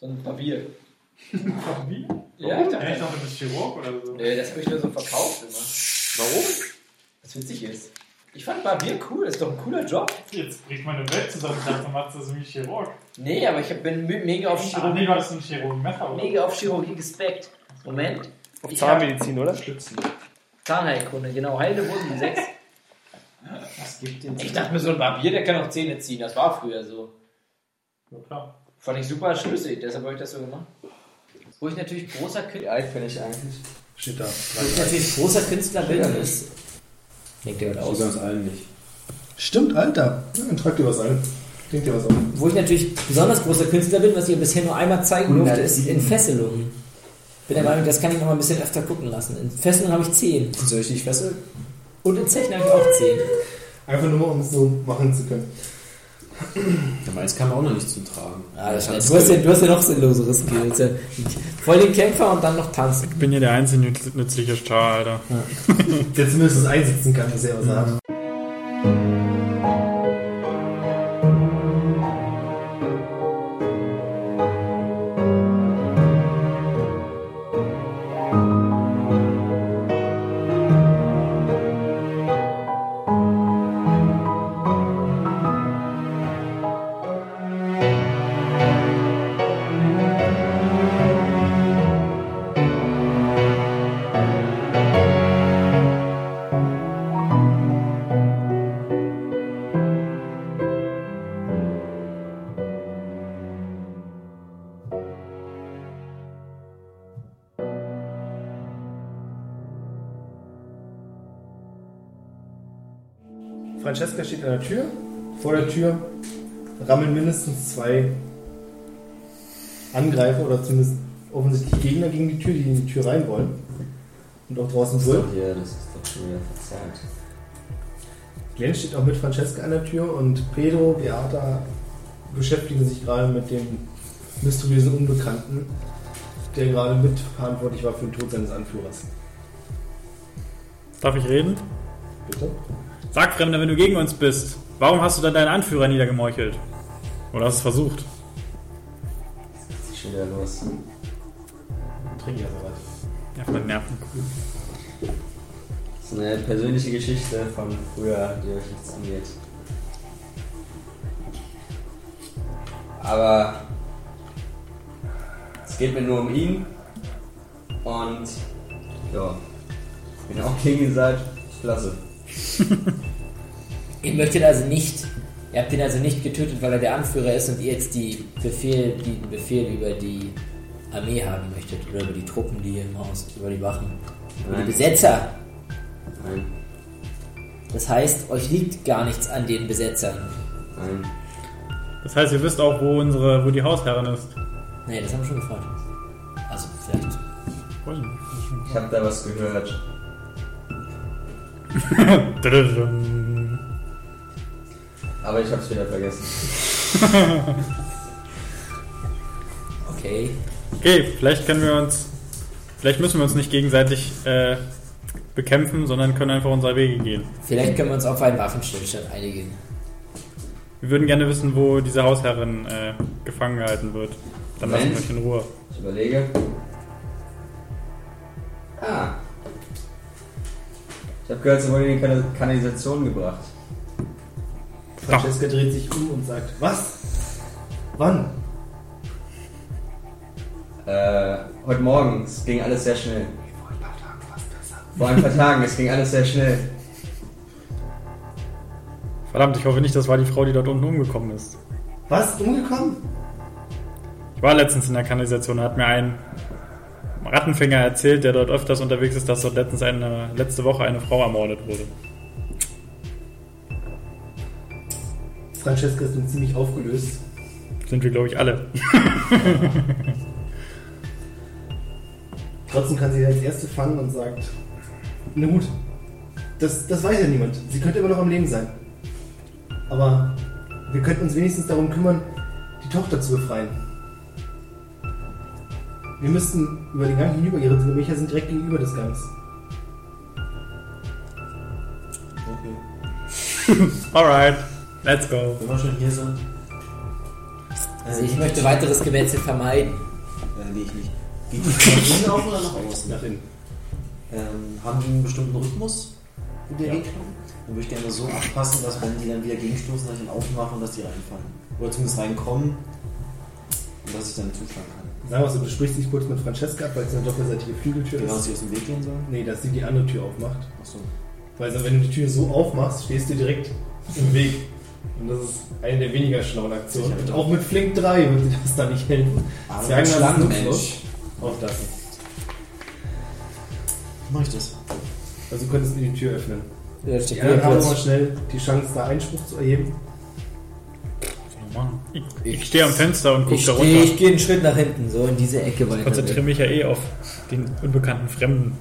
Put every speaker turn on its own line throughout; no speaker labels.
So ein Klavier.
Warum?
Ja,
Ich
ja.
dachte, du bist Chirurg oder so.
Äh, Das habe ich nur so verkauft immer.
Warum?
Was witzig ist. Ich fand Barbier cool, ist doch ein cooler Job.
Jetzt bricht meine Welt zusammen. Ich dachte, du machst das irgendwie Chirurg.
Nee, aber ich hab- bin me- mega auf
Ah,
Chirurgie,
nee, warst du ein Chirurgenmacher, oder?
mega auf Chirurgie gespeckt. Moment.
Auf
Ich
Zahnmedizin, oder?
Schlitzen.
Zahnheilkunde, genau, heilende Wunden, sechs.
Was gibt denn
Ich dachte mir, so ein Barbier, der kann auch Zähne ziehen, das war früher so.
Ja, klar.
Fand ich super schlüssig, deshalb habe ich das so gemacht. Wo ich natürlich großer
Wie
Künstler,
alt bin ich eigentlich?
Steht da.
Wo ich natürlich großer Künstler bin, ist. Denkt ihr was
Aus
aus?
uns allen nicht.
Stimmt, Alter.
Ja, dann tragt ihr was ein. Trinkt ihr was auf.
Wo ich natürlich besonders großer Künstler bin, was ich bisher nur einmal zeigen durfte, ist in Fesselung. Bin der Meinung, das kann ich noch mal ein bisschen öfter gucken lassen. In Fesselung habe ich 10.
Soll ich dich fesseln?
Und in Zechen habe ich auch 10.
Einfach nur mal, um es so machen zu können.
Ja, meins kam auch noch nicht zum Tragen.
Ah, das stimmt. du, hast ja, du hast ja noch sinnlosere Skills. Ja. Voll den Kämpfer und dann noch tanzen.
Ich bin hier der einzige nütz- nützliche Star, Alter.
Der zumindest einsitzen kann, was er was sagt. Francesca steht an der Tür. Vor der Tür rammeln mindestens zwei Angreifer oder zumindest offensichtlich Gegner gegen die Tür, die in die Tür rein wollen. Und auch draußen brüllen.
Ja, das ist doch schon wieder verzerrt.
Glenn steht auch mit Francesca an der Tür und Pedro, Beata beschäftigen sich gerade mit dem mysteriösen Unbekannten, der gerade mitverantwortlich war für den Tod seines Anführers.
Darf ich reden?
Bitte?
Sag, Fremder, wenn du gegen uns bist, warum hast du dann deinen Anführer niedergemeuchelt? Oder hast es versucht?
Was ist schon wieder los?
Trink ja soweit.
Ja, von den Nerven.
Das ist eine persönliche Geschichte von früher, die euch nichts angeht. Aber es geht mir nur um ihn. Und ja, bin auch gegen ihn seid, klasse.
Ihr möchtet also nicht, ihr habt ihn also nicht getötet, weil er der Anführer ist und ihr jetzt die Befehl, den Befehl über die Armee haben möchtet oder über die Truppen, die hier im Haus, über die Wachen, über die
Nein.
Besetzer.
Nein,
Das heißt, euch liegt gar nichts an den Besetzern.
nein.
Das heißt, ihr wisst auch, wo unsere, wo die Hausherrin ist.
Nee, das haben wir schon gefragt. Also vielleicht.
Weiß ich
Ich habe da was gehört.
nicht. Dödödödöm.
Aber ich hab's wieder vergessen.
Okay.
Okay, vielleicht können wir uns, vielleicht müssen wir uns nicht gegenseitig äh, bekämpfen, sondern können einfach unsere Wege gehen.
Vielleicht können wir uns auf einen Waffenstillstand einigen.
Wir würden gerne wissen, wo diese Hausherrin äh, gefangen gehalten wird. Dann lassen wir
Moment.
euch in Ruhe.
Ich überlege. Ah. Ich habe gehört, sie wurden in die Kanal- Kanalisation gebracht.
Francesca dreht sich um und sagt, was? Wann?
Äh, heute Morgen, es ging alles sehr schnell. Vor ein paar Tagen, es ging alles sehr schnell.
Verdammt, ich hoffe nicht, das war die Frau, die dort unten umgekommen ist.
Was? Umgekommen?
Ich war letztens in der Kanalisation, da hat mir ein Rattenfinger erzählt, der dort öfters unterwegs ist, dass dort letztens eine, letzte Woche eine Frau ermordet wurde.
Francesca ist nun ziemlich aufgelöst.
Sind wir, glaube ich, alle.
Trotzdem kann sie als erste fangen und sagt, na gut, das, das weiß ja niemand. Sie könnte immer noch am Leben sein. Aber wir könnten uns wenigstens darum kümmern, die Tochter zu befreien. Wir müssten über den Gang hinüber, ihre Gemächer sind direkt gegenüber des Gangs.
Okay.
Alright, let's go.
Wenn wir schon hier sind.
Also ich möchte weiteres Gemetzel vermeiden.
Äh, nee, ich nicht. Geht die von innen auf oder nach außen?
Nach innen.
Ähm, haben die einen bestimmten Rhythmus, wo die gegenkommen? Dann würde ich gerne so aufpassen, dass wenn die dann wieder gegenstoßen, dass ich dann aufmache und dass die reinfallen. Oder zumindest reinkommen und dass ich dann zuschlagen kann.
Sag mal so, du sprichst dich kurz mit Francesca ab, weil es eine doppelseitige Flügeltür
Genau, dass
ist.
die aus dem Weg gehen sollen.
Nee, dass sie die andere Tür aufmacht.
Achso.
Weil so, wenn du die Tür so aufmachst, stehst du direkt im Weg. Und das ist eine der weniger schlauen Aktionen. Und auch mit Flink 3 würde dir das da nicht helfen. Zwergen
Aber Ah, mit
lassen
Schlangenmensch.
nutzlos. Auch das. nicht.
Mach ich das.
Also du könntest die Tür öffnen.
Ja, Äh, steht
Die anderen
hier
haben
kurz.
aber schnell die Chance, da Einspruch zu erheben.
Ich, ich stehe am Fenster und gucke
Ich
da
stehe,
runter.
ich gehe einen Schritt nach hinten, so in diese Ecke weiter.
Konzentriere mich ja eh auf den unbekannten Fremden.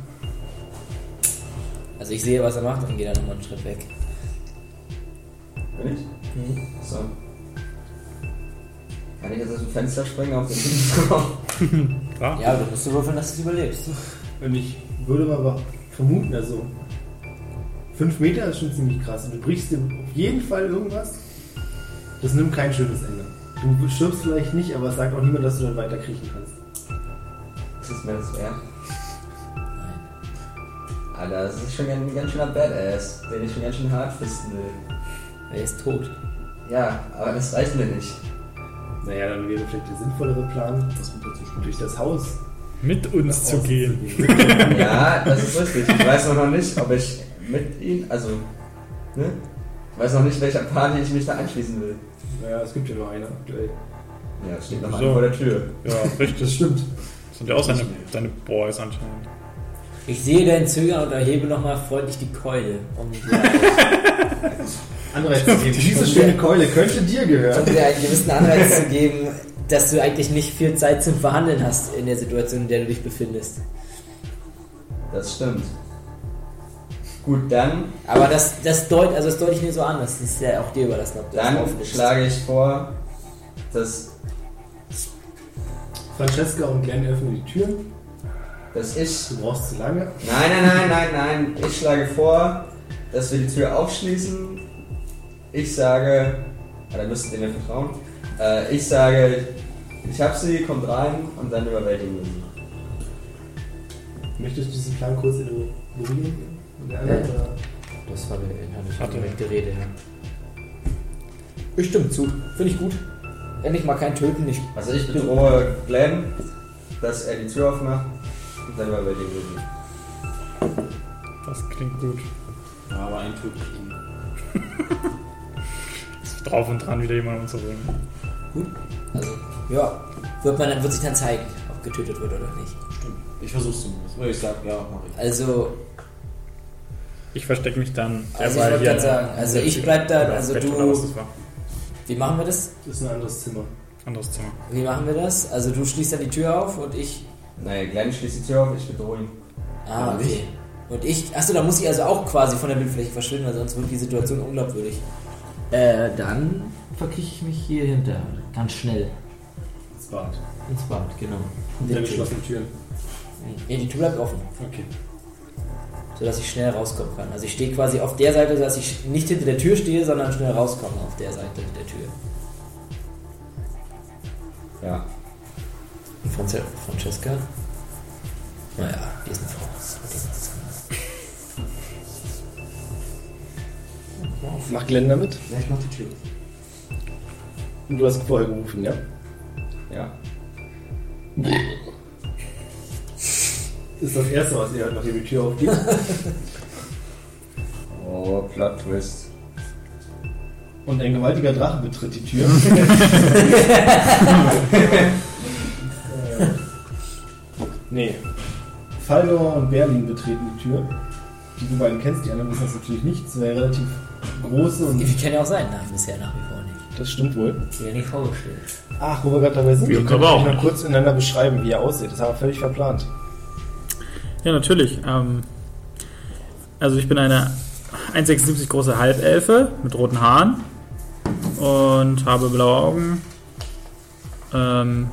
Also ich sehe, was er macht und gehe dann nochmal einen Schritt weg.
Bin ich? So. Kann ich jetzt aus dem Fenster springen auf den Hinterkopf?
Ja?
Ja, aber du musst würfeln, dass du es überlebst.
Und ich würde mal aber vermuten, also 5 Meter ist schon ziemlich krass. Du brichst dir auf jeden Fall irgendwas. Das nimmt kein schönes Ende. Du stirbst vielleicht nicht, aber es sagt auch niemand, dass du dann weiter kriechen kannst.
Ist es mir das wert? Alter, das ist schon ein ganz schöner Badass, den ich schon ganz schön hart fisten will.
Er ist tot.
Ja, aber das reicht mir nicht.
Naja, dann wäre vielleicht der sinnvollere Plan,
Das runterzuschlagen.
durch das Haus
Mit uns zu gehen.
Ja, das ist richtig. Ich weiß auch noch nicht, ob ich mit ihm, also, ne? Ich weiß noch nicht, welcher Party ich mich da anschließen will.
Naja, es gibt ja nur eine aktuell.
Ja, es steht noch
So.
einer vor der Tür.
Ja, richtig.
stimmt.
Sind ja auch seine, seine Boys anscheinend.
Ich sehe deinen Zögern und erhebe nochmal freundlich die Keule. Um
Anreiz zu geben. Diese schöne Keule könnte dir
um
gehören.
dir einen gewissen Anreiz zu geben, dass du eigentlich nicht viel Zeit zum Verhandeln hast in der Situation, in der du dich befindest.
Das stimmt. Gut, dann,
Aber das, das deutet, also das deute ich mir so an, das ist ja auch dir überlassen, ob du das
dann
aufnimmst.
schlage ich vor, dass
Francesca und Glenn öffnen die Tür.
dass ich.
Du brauchst zu lange.
Nein, nein, nein, nein, nein. Ich schlage vor, dass wir die Tür aufschließen. Ich sage. Ah, da müsstet ihr mir vertrauen. Äh, ich sage, ich hab sie, kommt rein und dann überwältigen wir sie.
Möchtest du diesen Plan kurz elaborieren? Und der andere, oder?
Das war der inhaltlich
Hatte.
direkte Rede, ja. Ich stimme zu. Finde ich gut. Endlich mal kein Töten, nicht.
Also ich bedrohe Glenn, dass er die Tür aufmacht und dann überwältigen wir sie.
Das klingt gut.
Ja, aber ein Typ.
Ist drauf und dran, wieder jemanden umzubringen.
Also, ja. Wird, man, dann- wird sich dann zeigen, ob getötet wird oder nicht.
Stimmt. Ich versuch's zumindest. Weil ich sag, ja, mach ich.
Also,
Ich verstecke mich dann.
Also
derweil
ich wollte
hier
gerade sagen,
in-
also ich bleib da,
oder
also
Bett
du-
Oder was das war.
wie machen wir das?
Das ist ein anderes Zimmer.
Anderes Zimmer.
Wie machen wir das? Also, du schließt dann die Tür auf und ich.
Nein, Glenn schließt die Tür auf, ich bedrohe ihn.
Ah, okay. Und ich. Achso, da muss ich also auch quasi von der Bildfläche verschwinden, weil sonst wird die Situation unglaubwürdig. Äh, dann verkrieche ich mich hier hinter. Ganz schnell.
Das Bad.
Ins Bad, genau.
Hinter geschlossenen Türen.
Nee, die Tür bleibt offen.
Okay.
sodass ich schnell rauskommen kann. Also ich stehe quasi auf der Seite, dass ich nicht hinter der Tür stehe, sondern schnell rauskomme auf der Seite der Tür.
Ja.
Und Franze Francesca? Naja, die ist eine Frau.
Mach Glenn damit.
Ja, ich mach die Tür.
Und du hast vorher gerufen, ja?
Ja.
Das ist das Erste, was ihr hört, nachdem die Tür aufgeht.
Oh, Plot Twist.
Und ein gewaltiger Drache betritt die Tür. Äh, nee. Faldor und Berlin betreten die Tür. Die du beiden kennst, die anderen wissen das natürlich nicht. Zwei relativ große und.
Wie kann ja auch sein? Nein, bisher nach wie vor nicht.
Das stimmt wohl.
Ich bin ja nicht vorgestellt.
Ach, wo wir gerade dabei sind.
Wir
ihr
können
könnt
aber
euch
auch.
noch kurz ineinander beschreiben, wie ihr aussieht. Das haben wir völlig verplant.
Ja, natürlich. Ähm, also ich bin eine 1,76 große Halbelfe mit roten Haaren und habe blaue Augen. Ähm,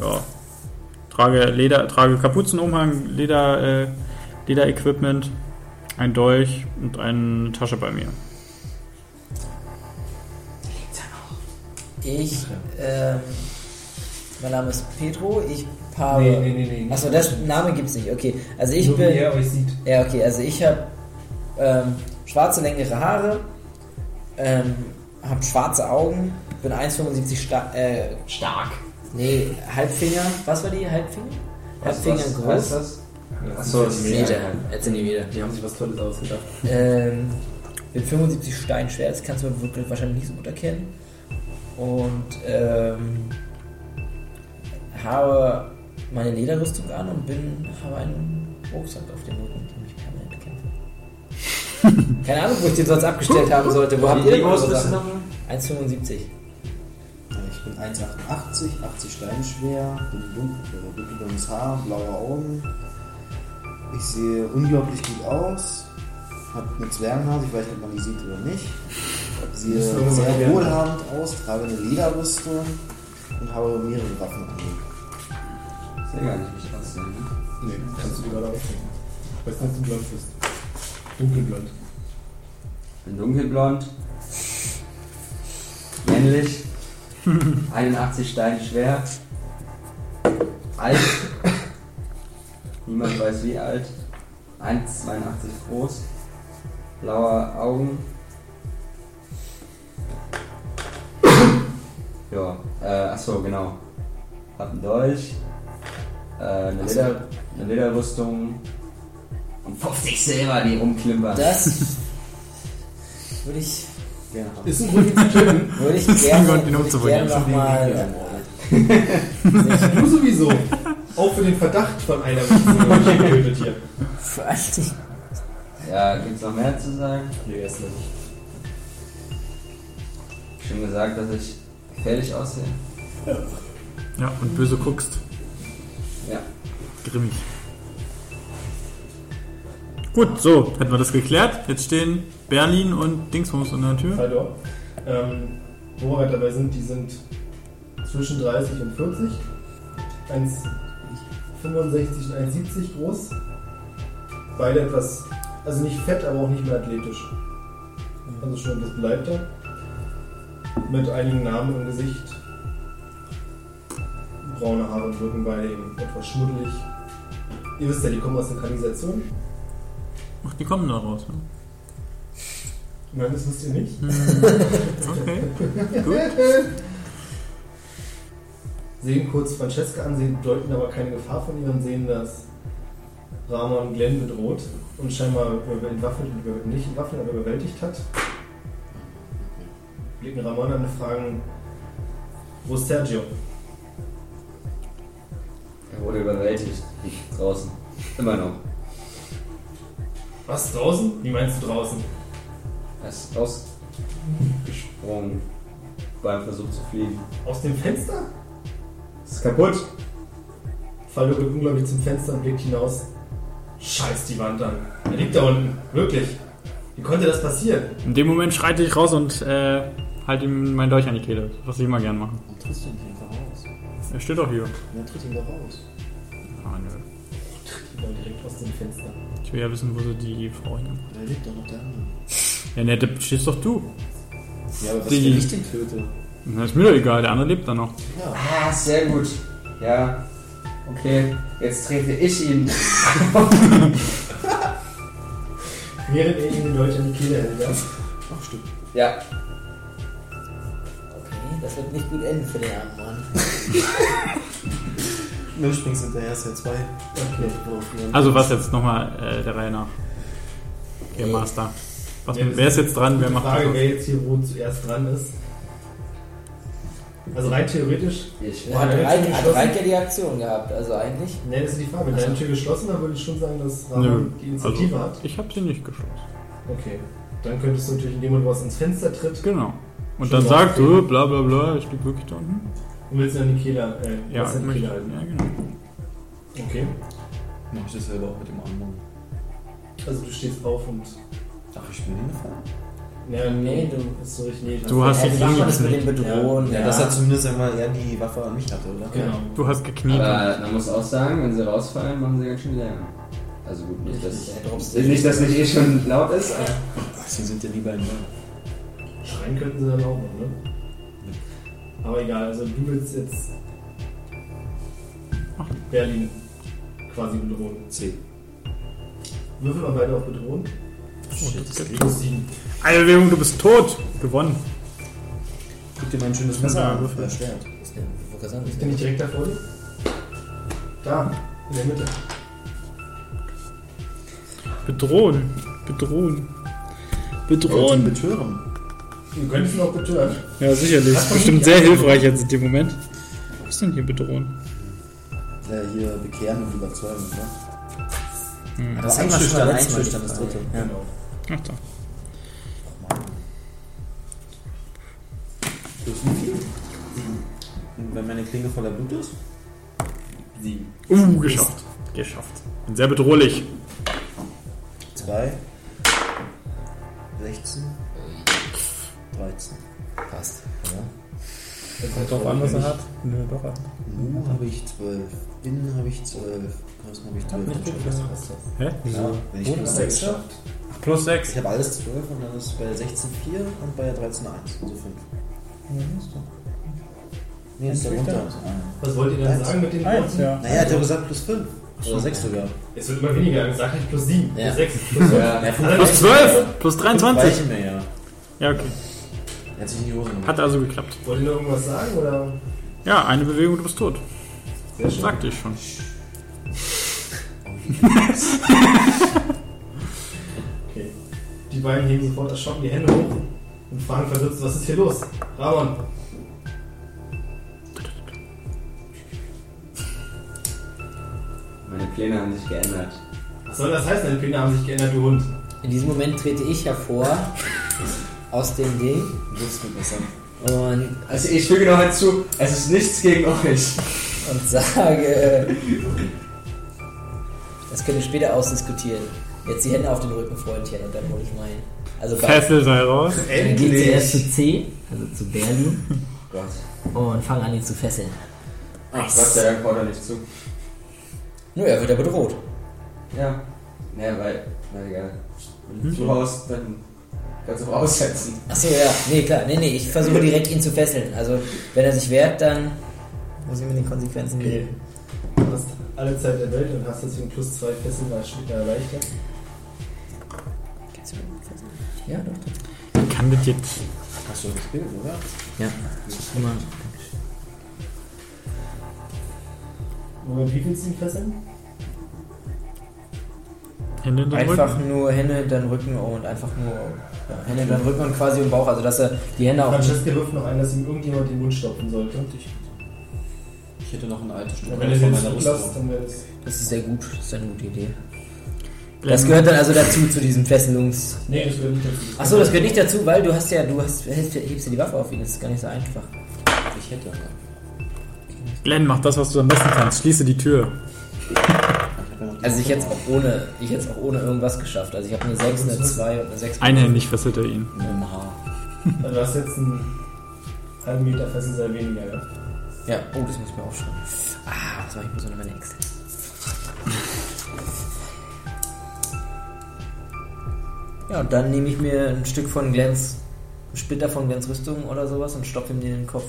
ja, trage Leder, trage Kapuzenumhang, Leder, äh, Lederequipment, ein Dolch und eine Tasche bei mir.
Ich, ähm, mein Name ist Pedro, ich habe...
Nee, nee, nee, nee.
Achso, das Name gibt's nicht, okay. Also ich
Nur wie
bin...
er euch sieht.
Ja, okay, also ich habe ähm, schwarze, längere Haare, ähm, habe schwarze Augen, bin 1,75 sta äh, stark. Nee, Halbfinger, was war die? Halbfinger? Halbfinger
heißt
groß?
das? Achso, das ist
Meter, äh, Zentimeter.
Die haben sich was Tolles ausgedacht.
Ähm, bin 75 Stein schwer, das kannst du wirklich wahrscheinlich nicht so gut erkennen. Und ähm, habe meine Lederrüstung an und bin, habe einen Rucksack auf dem Rücken, mit dem ich permanent kämpfe. Keine Ahnung, wo ich den sonst abgestellt haben sollte. Wo habt ihr
Wie
den
groß bist du
Sachen?
nochmal?
1,75.
Äh, Ich bin 1,88, 80 Stein schwer, bin dunkel, äh, dunkelblondes Haar, blaue Augen. Ich sehe unglaublich gut aus, habe eine Zwergenhase, ich weiß nicht, ob man die sieht oder nicht. Sehe
Müssen wir mal
sehr
lernen.
wohlhabend aus, trage eine Lederrüstung und habe mehrere Waffen an.
Ist egal, ich mich aussehen. ne?
Nee, kannst du dir gerade ausdenken. Ich weiß nicht, ob du blond bist. Dunkelblond.
Bin dunkelblond. Männlich. 81 Steine schwer. Alt. Niemand weiß wie alt. 1,82 groß. Blaue Augen. ja, äh, achso, genau. Hab einen Dolch. Äh, eine,
Ach so.
Leder, eine Lederrüstung. Und 50 Silber, die rumklimpern.
Das würde ich,
Gerne habe
Ist ein Grund, ihn zu töten.
würde ich
Das ist ein um Grund,
gerne,
ihn
würde ich
umzubringen.
gerne nochmal.
Du sowieso. Auch für den Verdacht von einer von euch getötet hier.
Vor allen Dingen-
Ja, gibt's noch mehr zu sagen?
Nee, erst nicht.
Schon gesagt, dass ich gefährlich aussehe.
Ja, und böse guckst.
Ja.
Grimmig. Gut, so, hätten wir das geklärt. Jetzt stehen Berlin und Dingsbums an der Tür.
Faldor. Ähm, wo wir gerade dabei sind, die sind zwischen 30 und 40. 1,65 und 1,70 groß. Beide etwas, also nicht fett, aber auch nicht mehr athletisch. Also schon etwas beleibter. Mit einigen Namen im Gesicht. Braune Haare und Rücken beide eben etwas schmuddelig. Ihr wisst ja, die kommen aus der Kanalisation.
Ach, die kommen da raus. ne?
Nein, das wisst ihr nicht.
Okay.
sehen kurz Francesca an, sehen, deuten aber keine Gefahr von ihr und sehen, dass Ramon Glenn bedroht und scheinbar über- entwaffnet und über- nicht entwaffnet, aber überwältigt hat. Blicken Ramon an und fragen, wo ist Sergio?
Er wurde überwältigt. Draußen. Immer noch.
Was, draußen? Wie meinst du draußen?
Er ist rausgesprungen beim Versuch zu fliegen.
Aus dem Fenster?
Ist kaputt.
Faldo geht unglaublich zum Fenster und blickt hinaus. Scheiß die Wand an. Er liegt da unten. Wirklich. Wie konnte das passieren?
In dem Moment schreite ich raus und äh, halt ihm mein Dolch an die Kehle. Was ich immer gern mache.
Warum trittst du nicht einfach raus?
Er steht doch hier.
Na, tritt ihn doch raus.
Ah, nö.
Ich bin direkt aus dem Fenster.
Ich will ja wissen, wo sie die Frau hin haben.
Da lebt doch noch der andere.
Ja, ne, da stehst doch du.
Ja, aber was,
Die-
wenn ich den töte?
Na, ist mir doch egal, der andere lebt da noch.
Ja.
Ah, sehr gut. Ja. Okay, jetzt trete ich ihn.
Während er ihm die Leute an die Kehle hält, ja?
Ach, stimmt.
Ja.
Okay, das wird nicht gut enden für den armen Mann.
Du springst hinterher, ist ja zwei.
Okay.
Also was jetzt nochmal äh, der Reihe nach? Der Master. Was, wer ist jetzt dran? Wer
Die
macht
Frage,
das?
wer jetzt hier wo zuerst dran ist. Also rein theoretisch,
Ich.
Ja,
Hat
der hat
Reik,
schon
hat
geschossen.
Reik ja die Aktion gehabt, also eigentlich.
ne, das ist die Frage. Wenn deine Tür geschlossen war, würde ich schon sagen, dass
Nö. also.
Rahman die Initiative hat.
Ich habe sie nicht geschlossen.
Okay. Dann könntest du natürlich in dem Moment, wo es ins Fenster tritt,
Genau. Und
Schon
dann
mal
sagt
aufgeben.
du, bla bla bla, ich lieg wirklich da unten.
und willst du dann die Kehle, äh,
Ja,
willst
ich
du dann die
möchte,
Kehle
ja
halten.
genau.
Okay.
Mach ich das selber auch mit dem anderen.
Also du stehst auf und.
Ach, ich bin hingefallen.
Ja,
Nee, du-
Ist so richtig, nee,
Du hast
Ja,
sie
die Sache ist mit
hingekniet.
dem Bedrohen.
Ja, dass er zumindest einmal eher die Waffe an mich hatte, oder?
Genau.
Du hast gekniet.
Aber man muss auch sagen, wenn sie rausfallen, machen sie ganz schön Lärm. Also gut, nicht, dass,
Er dropst dich.
nicht, dass nicht eh schon laut ist, aber
Sie sind ja lieber in
Schreien könnten sie dann auch noch, ne? Aber egal, also du willst jetzt Berlin quasi bedrohen.
C.
Würfel mal beide auf bedrohen.
Shit, das klingt sieben.
Eine Bewegung, du bist tot. Gewonnen.
Guck dir mein schönes Messer an.
Würfel.
Äh, Schwert.
Ist denn, wo kann
Ist der nicht direkt da vor dir? Da, in der Mitte.
Bedrohen. Bedrohen. Bedrohen.
Betören.
Du könntest ihn auch betören.
Ja, sicherlich.
Hat man
Bestimmt
nicht
sehr
die
hilfreich jetzt in dem Moment. Was ist denn hier bedrohen?
Ja, hier bekehren und überzeugen, ne?
Hm.
Das
einmal schon
einschüchtern,
beim letzten Mal
einschüchtern, das dritte. Ja.
Genau.
Ach da.
Plus wie viel? Und wenn meine Klinge voller Blut ist? Sieben.
Uh, geschafft. Geschafft. Bin sehr bedrohlich.
Zwei. Sechzehn. Dreizehn.
Passt. Ja.
Kommt drauf an, was er hat. Nö, doch.
Nu habe ich zwölf. Binnen habe ich zwölf. Größen habe ich zwölf. Dann schaffe ich das.
Hä? Wieso?
Wenn ich plus sechs schaffe.
Ach, Plus
Ich
6.
habe alles zwölf und dann ist bei der 16 4 und bei der 13 1. Also fünf. Nee, ist da runter.
Was wollt ihr denn sagen mit den
Eins,
Worten?
Halt, ja.
Naja, ich habe gesagt plus fünf. Oder sechs sogar.
Es wird immer weniger. Er sagt nicht plus sieben,
Ja.
plus sechs, plus fünf.
Ja.
Plus 12. Plus 23.
Weichen mehr, ja.
Ja, okay.
Er hat sich in die Hose gemacht.
Hat also geklappt.
Wollt ihr noch irgendwas sagen oder?
Ja, eine Bewegung, du bist tot.
Sehr schön.
Sagte ich schon.
Okay. Die beiden heben sofort erschrocken die Hände hoch und fragen versetzt, was ist hier los? Ramon.
Meine Pläne haben sich geändert.
Was soll das heißen? Deine Pläne haben sich geändert, du Hund.
In diesem Moment trete ich hervor aus dem Ding
Das wird besser.
und,
Also ich füge noch hinzu, es ist nichts gegen euch.
und sage, das können wir später ausdiskutieren. Jetzt die Hände auf den Rücken, Freundchen, und dann hole ich meinen. Also bei
Fessel sei raus.
dann geht sie erst zu C, also zu Berlin,
Gott.
und fange an, ihn zu fesseln.
Ach, Gott sei Dank haut er nicht zu.
Nö, er wird ja bedroht.
Ja. Naja, weil, na egal. Wenn
Mhm.
du raus, dann kannst du auch aussetzen.
Achso, ja, nee, klar, nee, nee, ich versuche direkt ihn zu fesseln. Also, wenn er sich wehrt, dann muss ich mit den Konsequenzen
Okay.
leben.
Du hast alle Zeit der Welt und hast deswegen plus zwei Fesseln erleichtert.
Ja, doch, doch.
Kann das jetzt.
Hast du gespielt, oder?
Ja, immer.
Moment, wie willst du ihn fesseln?
Hände in den
Einfach
Rücken.
nur Hände, dann Rücken und einfach nur ja, Hände, dann Rücken und quasi im Bauch. Also, dass er die Hände auch.
Francesca wirft noch ein, dass ihm irgendjemand den Mund stopfen sollte.
Ich hätte noch ein altes Stück
Und wenn du
von
sie
meiner
jetzt
Rüstung.
zurücklässt, dann wäre das.
Das ist sehr gut, das ist eine gute Idee.
Das gehört dann also dazu, zu diesem Fesselungs...
Nee, das wäre nicht dazu.
Achso, das gehört nicht dazu, weil du hast ja, du hast, hebst, hebst dir die Waffe auf ihn, das ist gar nicht so einfach.
Ich hätte aber.
Glenn, mach das, was du am besten kannst. Schließe die Tür.
Also ich hätte es auch ohne, ich hätte es auch ohne irgendwas geschafft. Also ich habe eine 6, eine 2 und eine 6.
Einhändig fesselt er ihn.
Im Haar.
Also du hast jetzt einen halben Meter Fesselseil weniger, ja?
Ja, oh, das muss ich mir aufschreiben. Ah, was mache ich mir so in meine Excel?
Ja, und dann nehme ich mir ein Stück von Glens, ein Splitter von Glens Rüstung oder sowas und stopfe ihm den in den Kopf.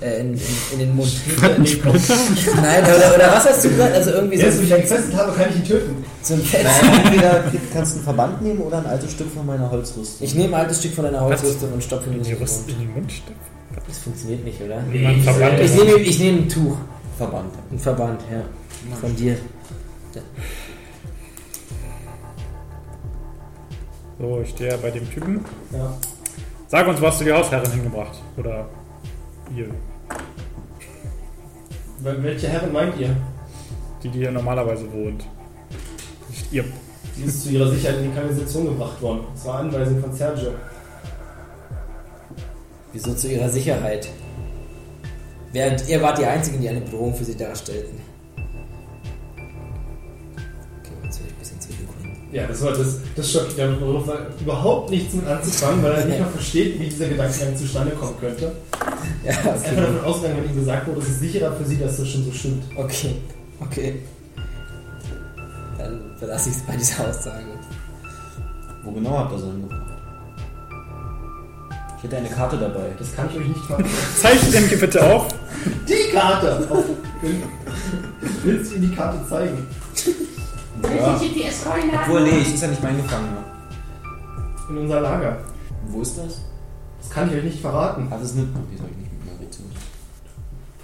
Äh, in, in, in den Mund.
Äh,
Nein, oder, oder was hast du gesagt? Also irgendwie so,
Jetzt, wo ich ihn gefesselt habe, kann ich ihn töten.
so ein Fett.
Nein, entweder krieg- kannst du einen Verband nehmen oder ein altes Stück von meiner Holzrüstung.
Ich nehme ein altes Stück von deiner Holzrüstung und stopfe ihm in den Mund.
in den Mund stopfen.
Das funktioniert nicht, oder?
Man verbannt
Ich nehme, ich nehme ein Tuch,
Verband.
ein Verband, ja. Von dir.
So, ich stehe ja bei dem Typen.
Ja.
Sag uns, wo hast du die Hausherrin hingebracht? Oder ihr.
Wel- Welche Herren meint ihr?
Die, die hier normalerweise wohnt. Nicht ihr.
Sie ist zu ihrer Sicherheit in die Kanalisation gebracht worden. Das war Anweisung von Sergio.
Wieso zu ihrer Sicherheit? Während ihr wart die Einzigen, die eine Bedrohung für sie darstellten. Okay, jetzt werde ich ein bisschen zu viel gründen.
Ja, das war das, das schockiert der Ruf überhaupt nichts mit anzufangen, weil er nicht mal versteht, wie dieser Gedankengang zustande kommen könnte.
Ja,
Er ist einfach davon ausgegangen, wenn ihm gesagt wurde, es ist sicherer für sie, dass das schon so stimmt.
okay, okay. Dann verlasse ich es bei dieser Aussage.
Wo genau habt ihr so hingebracht?
Ich hätte eine Karte dabei.
Das kann ich euch nicht machen.
Zeichnet den bitte auf.
Die Karte! Willst du ihm die Karte zeigen?
Ja.
GPS-Koordinaten.
Obwohl, nee, ich ist ja nicht ne? mein Gefangener.
In unser Lager.
Wo ist das?
Das kann ich euch nicht verraten.
Ah, das nimmt man. Wieso hab ich nicht mit Marie zu?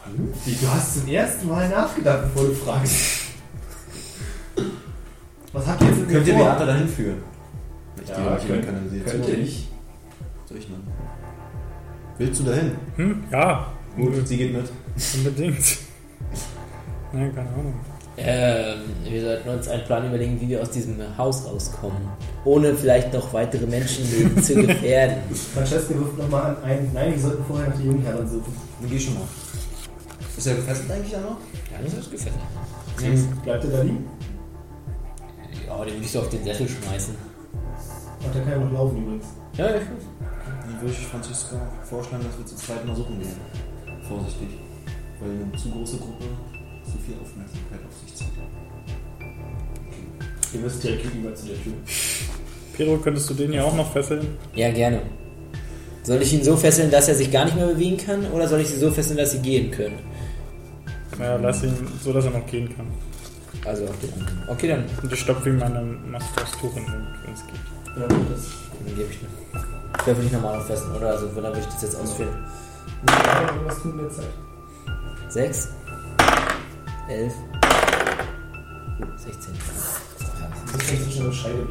Vernünftig, du hast zum ersten Mal nachgedacht, bevor du fragst. Was habt ihr jetzt mit
Könnt ihr
mir vor?
Beata dahin führen? Ich
Ja,
gehe nicht in die
könnt-
Kanalisation.
Könnte ich.
Soll ich mal? Willst du dahin?
Hm? Ja,
Gut, sie geht mit.
unbedingt. Nein, keine Ahnung.
Ähm, wir sollten uns einen Plan überlegen, wie wir aus diesem Haus rauskommen. Ohne vielleicht noch weitere Menschenleben zu gefährden.
Francesca wirft nochmal an ein. Nein, wir sollten vorher nach den jungen Herren suchen.
Dann geh schon mal. Ist er gefesselt eigentlich auch noch?
Ja, das ist gefährlich.
Mhm.
Bleibt er da liegen?
Ja, den würde ich so auf den Sessel schmeißen.
Ach, der kann ja noch laufen übrigens.
Ja, ich
Dann würde ich Franziska vorschlagen, dass wir zu zweit mal suchen gehen. Vorsichtig. Weil eine zu große Gruppe zu viel Aufmerksamkeit auf sich zieht.
Ihr wisst direkt gegenüber zu der Tür.
Pedro, könntest du den hier auch noch fesseln?
Ja, gerne. Soll ich ihn so fesseln, dass er sich gar nicht mehr bewegen kann? Oder soll ich sie so fesseln, dass sie gehen können?
Naja, lass ihn so, dass er noch gehen kann.
Also auf den anderen. Okay, dann,
Und ich stopfe ihm meine Maske aufs Tuch in den Mund, wenn es geht.
Ja, das
dann gebe ich ihn. Ich werfe dich nochmal auf festen, oder? Also, wenn würde ich das jetzt ausführen.
muss ich einfach irgendwas tun in der Zeit.
Sechs. Elf. 16.
Das ist echt schon ein Scheideweg.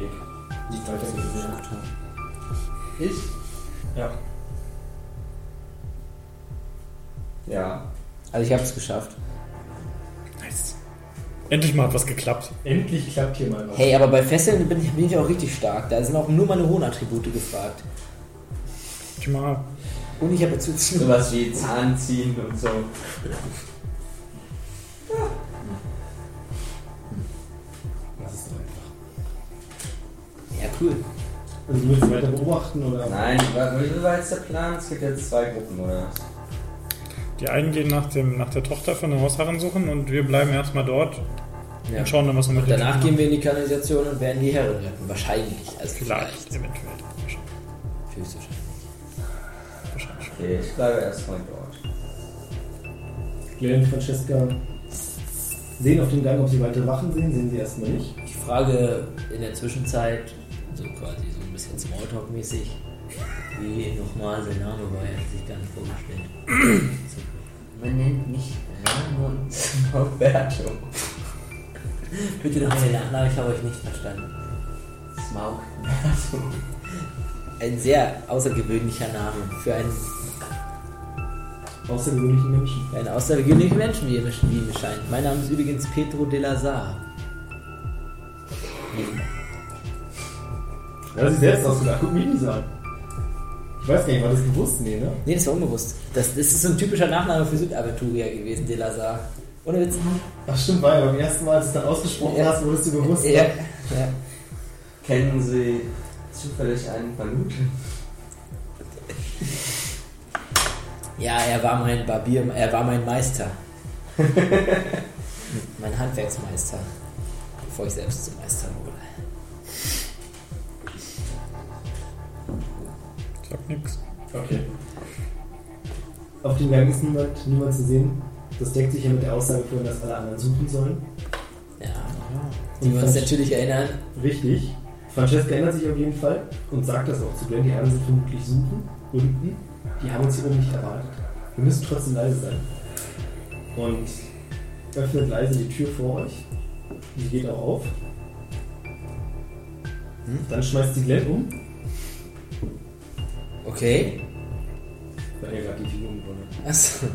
Nicht weiter gesehen.
Ich?
Ja.
Ja.
Also, ich habe es geschafft.
Nice. Endlich mal hat was geklappt.
Endlich klappt hier mal was.
Hey, aber bei Fesseln bin ich, bin ich auch richtig stark. Da sind auch nur meine hohen Attribute gefragt.
Ich mal.
Und ich habe zu
Sowas wie Zahnziehen und so.
Das ist doch einfach.
Ja, cool.
Also du willst weiter beobachten oder?
Nein, wa- wie war jetzt der Plan? Es gibt jetzt zwei Gruppen, oder?
Die einen gehen nach, dem, nach der Tochter von der Hausherrin suchen und wir bleiben erstmal dort
Ja.
und schauen dann, was wir mit
Danach
dem
gehen wir in die Kanalisation und werden die Herren retten. Wahrscheinlich. Also,
Vielleicht, eventuell. Wahrscheinlich.
Höchstwahrscheinlich.
Wahrscheinlich.
Okay, ich bleibe erstmal dort.
Glenn und Francesca sehen auf den Gang, ob sie weitere Wachen sehen. Sehen sie erstmal nicht.
Ich frage in der Zwischenzeit, so quasi so ein bisschen Smalltalk-mäßig, wie nochmal sein Name war, er hat sich gar nicht vorgestellt.
Man nennt mich Ramon Roberto.
Bitte nochmal den Nachnamen, ich habe euch nicht verstanden.
Smaug.
Ein sehr außergewöhnlicher Name für einen,
Außergewöhnlichen Menschen.
für einen außergewöhnlichen Menschen, wie mir, wie mir scheint. Mein Name ist übrigens Pedro de Lazar.
Ja, sie selbst ausgedacht. Guck mich nicht an. Ich weiß gar nicht, war das bewusst? Nee, ne?
Nee, das war unbewusst. Das, das ist so ein typischer Nachname für Südaventurier gewesen, de Lazar. Ohne Witz.
Ach stimmt, war ja beim ersten Mal, als du es dann ausgesprochen
Ja.
hast, wurdest du bewusst.
Ja,
ne?
ja.
Kennen Sie zufällig einen Paluten?
Ja, er war mein Barbier, er war mein Meister. mein Handwerksmeister. Bevor ich selbst zum Meister wurde.
Sag nix.
Okay. Auf dem Gang ist niemand, niemand zu sehen. Das deckt sich ja mit der Aussage vorhin, dass alle anderen suchen sollen.
Ja. Die
Und
wir uns
Franz-
natürlich erinnern.
Richtig. Francesca erinnert sich auf jeden Fall und sagt das auch zu Glenn. Die anderen sind vermutlich suchen, unten. Die haben uns hier oben nicht erwartet. Wir müssen trotzdem leise sein. Und öffnet leise die Tür vor euch. Die geht auch auf. Dann schmeißt sie Glenn um,
Okay.
weil er gerade die Tür umgebunden hat.
Achso.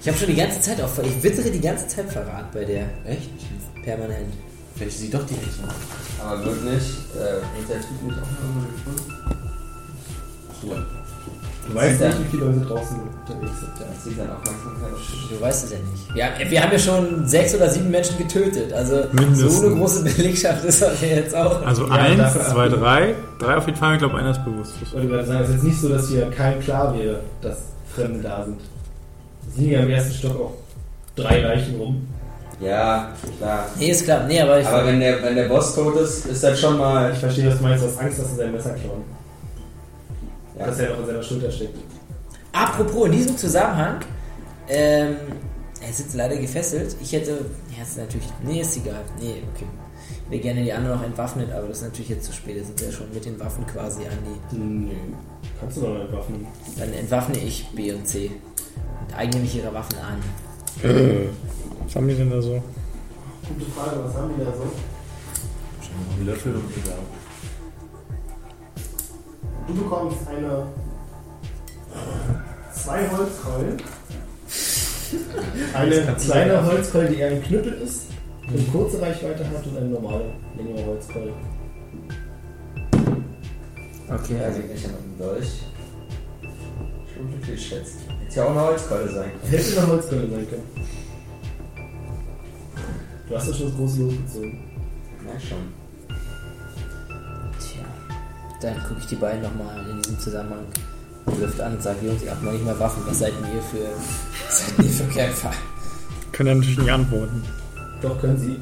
Ich habe schon die ganze Zeit auf. Ich wittere die ganze Zeit Verrat bei der.
Echt?
Permanent.
Vielleicht ist sie doch die Hexe.
Aber wird nicht, äh, wird der Typ nicht auch nochmal gefunden?
Du weißt
Sieht
nicht, wie viele Leute draußen unterwegs sind. Ja.
Sieht dann Aufmerksamkeit auf sich.
Du weißt es ja nicht. Ja, wir haben ja schon sechs oder sieben Menschen getötet. Also
Mindestens.
so eine große Belegschaft ist das ja jetzt auch.
Also
Ja,
eins,
dafür
zwei,
achten.
drei. Drei auf jeden Fall, ich glaube, einer ist bewusstlos.
Wollte gerade sagen, es ist jetzt nicht so, dass hier kein klar wäre, dass Fremde da sind. Es liegen ja im ersten Stock auch drei Leichen rum.
Ja, klar.
Nee, ist klar. Nee, aber ich.
Aber wenn der, wenn der Boss tot ist, ist das schon mal.
Ich verstehe, was du meinst, du hast Angst, dass sie sein Messer klauen.
Ja.
dass er auch in seiner Schulter steckt.
Apropos, in diesem Zusammenhang, ähm, er sitzt leider gefesselt. Ich hätte, ja, ist natürlich, nee, ist egal. Nee, okay. Ich wäre gerne die anderen noch entwaffnet, aber das ist natürlich jetzt zu spät. Da sind wir ja schon mit den Waffen quasi an die.
Nee. Kannst du doch nicht waffen.
Dann entwaffne ich B und C und eigne mich ihre Waffen an.
Was haben die denn da so?
Gute Frage, was haben die da so?
Ein Löffel und egal.
Du bekommst eine. Zwei Holzkeulen. Eine kleine Holzkeule, die eher ein Knüttel ist, eine
Mhm.
kurze Reichweite hat und eine normale, längere Holzkeule.
Okay,
Also ich habe einen Dolch. Schon glücklich schätzt. Hätte ja auch eine Holzkeule sein können.
Hätte eine Holzkeule sein können. Du hast ja schon das große losgezogen.
Merk schon.
Tja, dann gucke ich die beiden nochmal in diesem Zusammenhang blöft an und sage, Jungs, ihr habt noch nicht mal Waffen, was seid denn ihr für, was seid denn ihr für Kämpfer?
Können ja natürlich nicht antworten.
Doch können sie.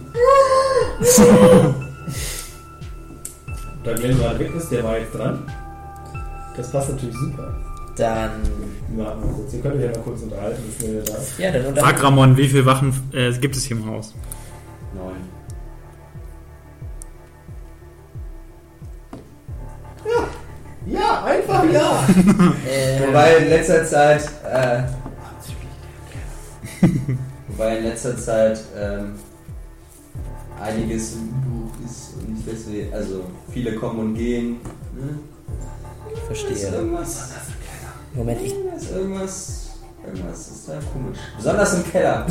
Daniel war weg ist, der war jetzt dran. Das passt natürlich super.
Dann,
Warten wir kurz. Ihr könnt euch ja mal kurz unterhalten, bis wir da ist.
ja, dann unter
Sag Ramon, wie viele Wachen äh, gibt es hier im Haus?
Neun.
Ja, einfach ja!
äh,
Wobei in letzter Zeit, äh, wobei in letzter Zeit ähm, einiges im Buch ist und ich weiß nicht, also viele kommen und gehen. Ne? Ist
verstehe.
irgendwas,
Moment, ich,
ist irgendwas, irgendwas ist da komisch. Besonders im Keller.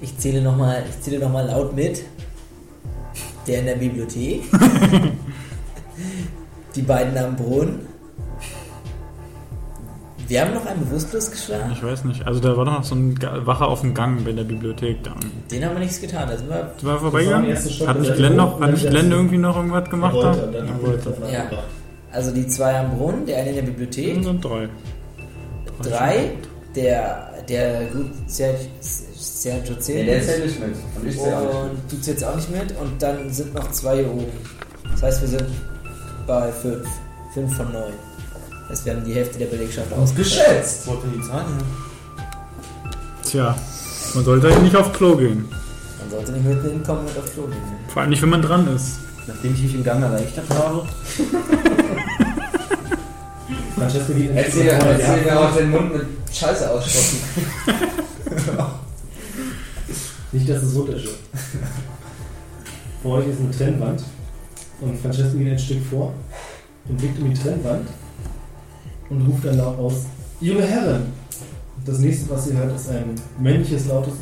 ich zähle nochmal, ich zähle noch mal laut mit. Der in der Bibliothek. die beiden am Brunnen. Wir haben noch einen bewusstlos
Ah.
geschlagen.
Ich weiß nicht. Also da war doch noch so ein Ga- Wache auf dem Gang bei der Bibliothek da.
Den haben wir nichts getan. Da sind wir,
Die war
Das war im
vorbeigegangen?
ersten Stock,
Hat
der
nicht
hat
Glenn noch,
gewohnt,
hat nicht
der
Glenn
hat-
irgendwie noch irgendwas gemacht da?
Wollte, dann
Ja,
haben wir
wollte.
das dann
Ja.
angebracht.
also die zwei am Brunnen, der eine in der
Dann
Bibliothek.
sind drei.
Drei, der, der gut Sergio Sergio
Nee,
zählt.
der
nicht.
zählt nicht mit. Und ich zähle auch nicht
Und du zählst auch nicht mit. Und dann sind noch zwei hier oben. Das heißt, wir sind bei fünf. Fünf von neun. Das heißt, wir haben die Hälfte der Belegschaft
mit.
ausgeschöpft.
Geschätzt!
Wollte die Zahlen haben?
Tja, man sollte halt nicht auf Klo gehen.
Man sollte nicht mitten hinkommen und auf Klo gehen. ne?
Vor allem nicht, wenn man dran ist.
Nachdem ich mich im Gang erleichtert habe.
Francesco geht in die
Erzähl,
Kontrolle, der
erzähl
hat-
mir auch den Mund mit Scheiße ausschrotten.
Nicht, dass es runterschüttet. Vor euch ist eine Trennwand. Und Francesco geht ein Stück vor und blickt um die Trennwand und ruft dann laut aus: Ihre Herren! Und Das nächste, was ihr hört, ist ein männliches, lautes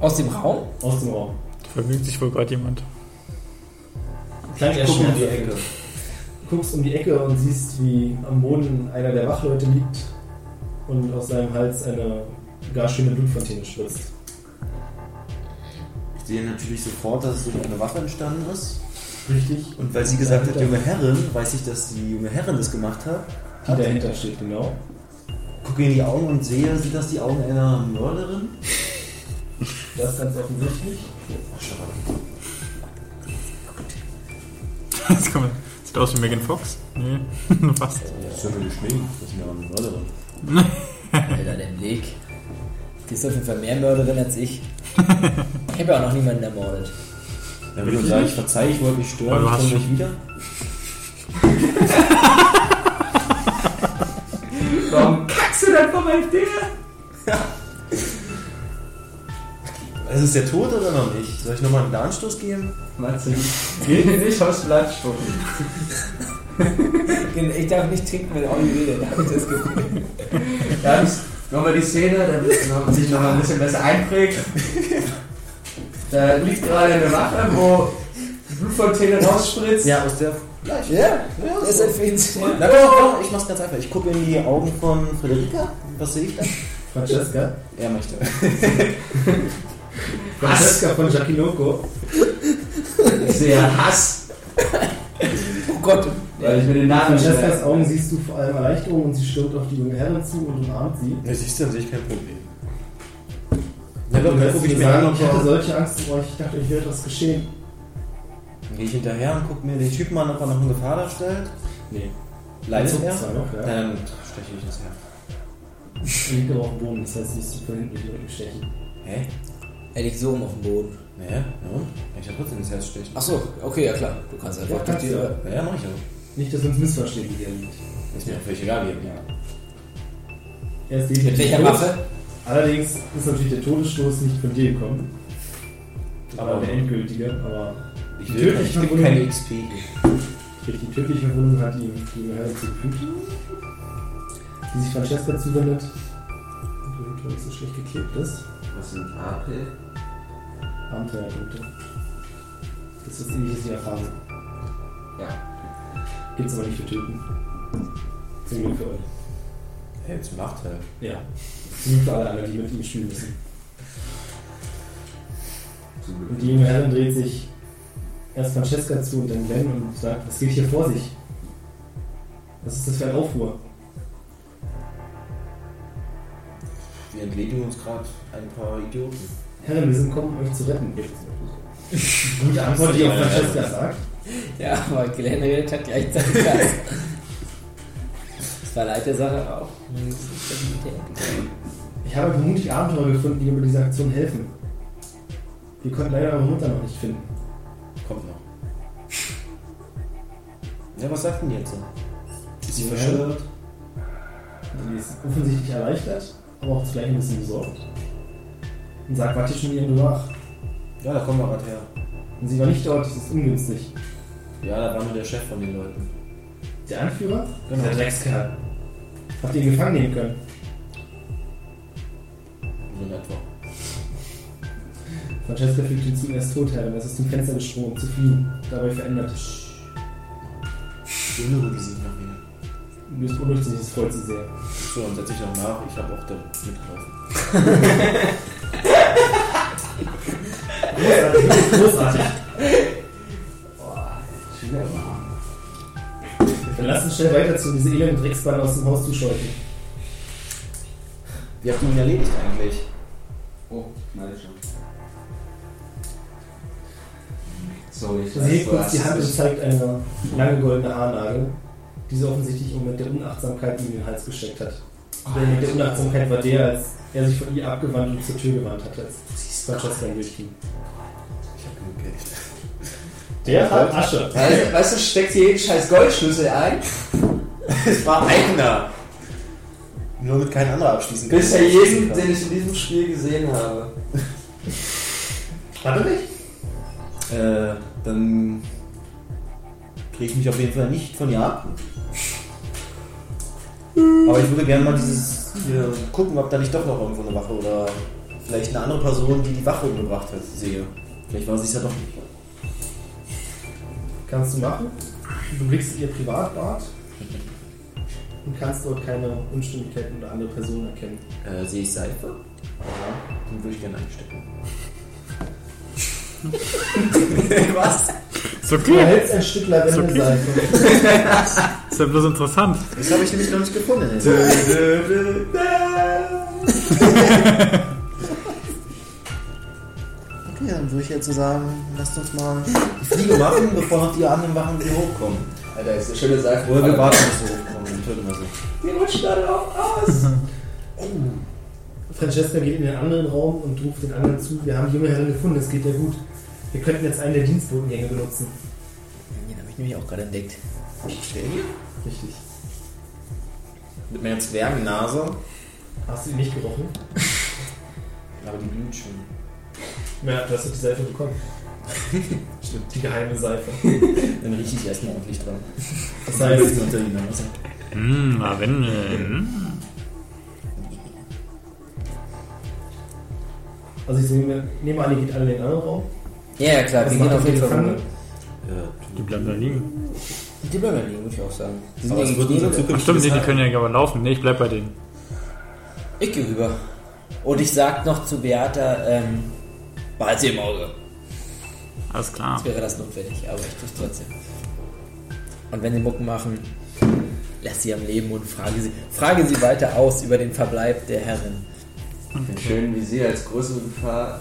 Aus dem Raum?
aus dem Raum.
Da vergnügt sich wohl gerade jemand.
Kleine
Ich gucke um die
Ecke.
Ecke.
Du guckst um die Ecke und siehst, wie am Boden einer der Wachleute liegt und aus seinem Hals eine gar schöne Blutfontäne spritzt.
Ich sehe natürlich sofort, dass es durch eine Waffe entstanden ist.
Richtig?
Und weil sie gesagt hat, junge Herrin, weiß ich, dass die junge Herrin das gemacht hat.
Die dahinter steht, genau.
Gucke in die Augen und sehe, sind das die Augen einer Mörderin?
Das ist ganz offensichtlich.
Jetzt kommt, sieht aus wie Megan Fox. Nee, fast.
Das ist ja nur geschminkt. Das ist ja eine Mörderin.
Alter, der Blick. Die ist auf jeden Fall mehr Mörderin als ich. Ich habe ja auch noch niemanden ermordet.
Dann würde ich sagen, ich verzeihe, ich wollte mich
Aber
stören,
du
ich
hast
komme
schon-
gleich wieder.
Warum kackst du denn vom FD?
Also ist der tot oder noch nicht? Soll ich nochmal einen Anstoß geben?
Matze, geh dir nicht aufs Blatt spucken.
Ich darf nicht trinken, wenn Olli redet. Hab ich das Gefühl.
Ja, nochmal die Szene, damit man sich nochmal ein bisschen besser einprägt. Da liegt gerade eine Wache, wo die Blutfontäne rausspritzt.
Ja, aus der. Gleich.
Ja, das ist ein Fehlenschirm.
Na komm, komm, ich mach's ganz einfach. Ich gucke in die Augen von Frederika. Was sehe ich da?
Francesca.
Er möchte.
Francesca von Giacchinoco.
Ich sehe Hass,
Oh Gott.
weil ich mir den Namen nicht
Francescas
merke.
Augen siehst du vor allem Erleichterung und sie stürmt auf die junge Herren zu und umarmt sie.
Ja, siehst du, dann sehe ich kein Problem.
Ja,
dann guck ich mir an, ob
ich hatte
er-
solche Angst vor euch, ich dachte, euch wäre etwas geschehen.
Dann gehe ich hinterher und gucke mir den Typen an, ob er noch eine Gefahr darstellt. Nee. Leidet
Zuckt
er?
zwar noch, ja.
Dann steche ich das
Die
her.
liegt aber auf dem Boden, das heißt, sie ist von hinten direkt stechen.
Hä?
Er liegt so rum auf dem Boden.
Nee, ja und? Kann Ich ja trotzdem ins Herz stechen.
Achso, okay, ja klar. Du kannst einfach
Ja,
durch
kannst
die
du.
Tür.
Ja, ja, mach ich auch.
Nicht, dass wir uns missverstehen, wie der liegt.
Ist mir auch völlig egal, wie er ja.
Er ist
Mit
definitiv
welcher
tot.
Waffe?
Allerdings ist natürlich der Todesstoß nicht von dir gekommen. Aber der endgültige, aber
Ich
Die
will
tödliche
ich will
Verwundung-
keine XP.
die tödliche Verwundung hat ihm die Behörde zugefügt, die sich Francesca zuwendet, die eventuell nicht so schlecht geklebt ist.
Was sind AP?
Abenteuerpunkte. Das ist ähnlich, was die erfahren.
Ja.
Gibt's aber nicht für Töten. Zum Glück für euch.
Hey, jetzt macht er.
Ja. Zum Glück für alle anderen, die mit ihm spielen müssen. Und die junge Herrin dreht sich erst Francesca zu und dann Glenn und sagt, was geht hier vor sich? Was ist das für ein Aufruhr?
Wir entledigen uns gerade ein paar Idioten.
Herren, wir sind gekommen, um euch zu retten. Gute Antwort, die auch Francesca sagt.
Ja, aber Glenn redet hat gleichzeitig das. Das war leid der Sache auch.
Ich habe vermutlich Abenteurer gefunden, die mir bei dieser Aktion helfen. Wir konnten leider eure Mutter noch nicht finden.
Kommt noch. Ja, was sagt denn die jetzt so? Ist sie
Ja.
verschüttet?
Sie ist offensichtlich erleichtert, aber auch zugleich ein bisschen besorgt. Und sagt, warte schon ihr nur nach.
Ja, da kommen wir gerade her.
Und sie war nicht dort, das ist ungünstig.
Ja, da war nur der Chef von den Leuten.
Der Anführer?
Genau.
Der Dreckskerl. Habt ihr ihn gefangen nehmen können?
So in etwa.
Francesca fügt hinzu, er ist tot, Herr, und er ist zum Fenster gesprungen, zu fliehen, dabei verändert.
Die Unruhe sieht nach mir.
Du bist unruhig, das freut sie sehr.
So, dann setze ich noch nach. Ich habe auch da mitgelaufen.
Großartig, großartig. Dann lasst uns schnell weiter zu, diese elenden Drecksbahn aus dem Haus zu scheuchen.
Wie habt ihr ihn erledigt eigentlich?
Oh, meine schon. Sorry, ich
Sie hebt
du
kurz die
hast
Hand
es
und zeigt eine lange goldene Haarnadel, die sie offensichtlich ihm mit der Unachtsamkeit in den Hals gesteckt hat.
Oh,
Und der mit der Unachtsamkeit war der, als er sich von ihr abgewandt und zur Tür gewandt hat, als Francesca durchging.
Ich habe genug Geld.
Der hat Asche.
Weißt, weißt du, steckt hier jeden scheiß Goldschlüssel ein,
Es war eigener. Nur mit kein anderer abschließen kann.
bisher jeden, den ich in diesem Spiel gesehen habe.
Hat er nicht?
Äh, dann kriege ich mich auf jeden Fall nicht von ihr ab. Aber ich würde gerne mal dieses hier gucken, ob da nicht doch noch irgendwo eine Wache oder vielleicht eine andere Person, die die Wache umgebracht hat, sehe. Vielleicht war sie es ja doch nicht.
Kannst du machen. Du blickst in ihr Privatbad und kannst dort keine Unstimmigkeiten oder andere Personen erkennen.
Äh, sehe ich Seife? Ja, den würde ich gerne einstecken.
Was?
So
Du
cool.
erhältst ein Stück Lavendelseife.
Ist ja bloß interessant.
Das habe ich nämlich noch nicht gefunden. Okay, dann würde ich jetzt so sagen, lasst uns mal die Fliege machen, bevor noch die anderen Wachen wieder hochkommen.
Alter, ist eine schöne Sache.
Oder wir warten, bis sie hochkommen, dann töten wir sie.
Wir rutschen da drauf aus.
Francesca geht in den anderen Raum und ruft den anderen zu. Wir haben die junge Herren gefunden, es geht ja gut. Wir könnten jetzt einen der Dienstbotengänge benutzen.
Den habe ich nämlich auch gerade entdeckt.
Richtig.
Mit meiner Zwergennase.
Hast du ihn nicht gerochen?
Aber die blüht schon.
Ja, du hast doch die Seife bekommen. Stimmt. Die geheime Seife.
Dann rieche ich erstmal ordentlich dran.
Das heißt,
unter die Nase.
Mh, Lavendel.
also ich nehme, nehme an, ihr geht alle in den anderen Raum.
Ja, ja, klar,
Was
die gehen
macht
auf
ihr
jeden Fall
Gefangene?
runter.
Die bleiben da liegen.
Die bleiben ja liegen, würde ich auch sagen. Die sind
Aber
ja
es wird
gegen
unser
die Nebel.
Ach stimmt,
zukünftiges
nee, die
Heim.
können ja aber laufen. Nee, ich bleib bei denen.
Ich gehe rüber. Und ich sag noch zu Beata, ähm, behalt sie im Auge.
Alles klar.
Sonst wäre das notwendig, aber ich tue es trotzdem. Und wenn sie Mucken machen, lass sie am Leben und frage sie, frage sie weiter aus über den Verbleib der Herrin.
Schön, wie sie als größere Gefahr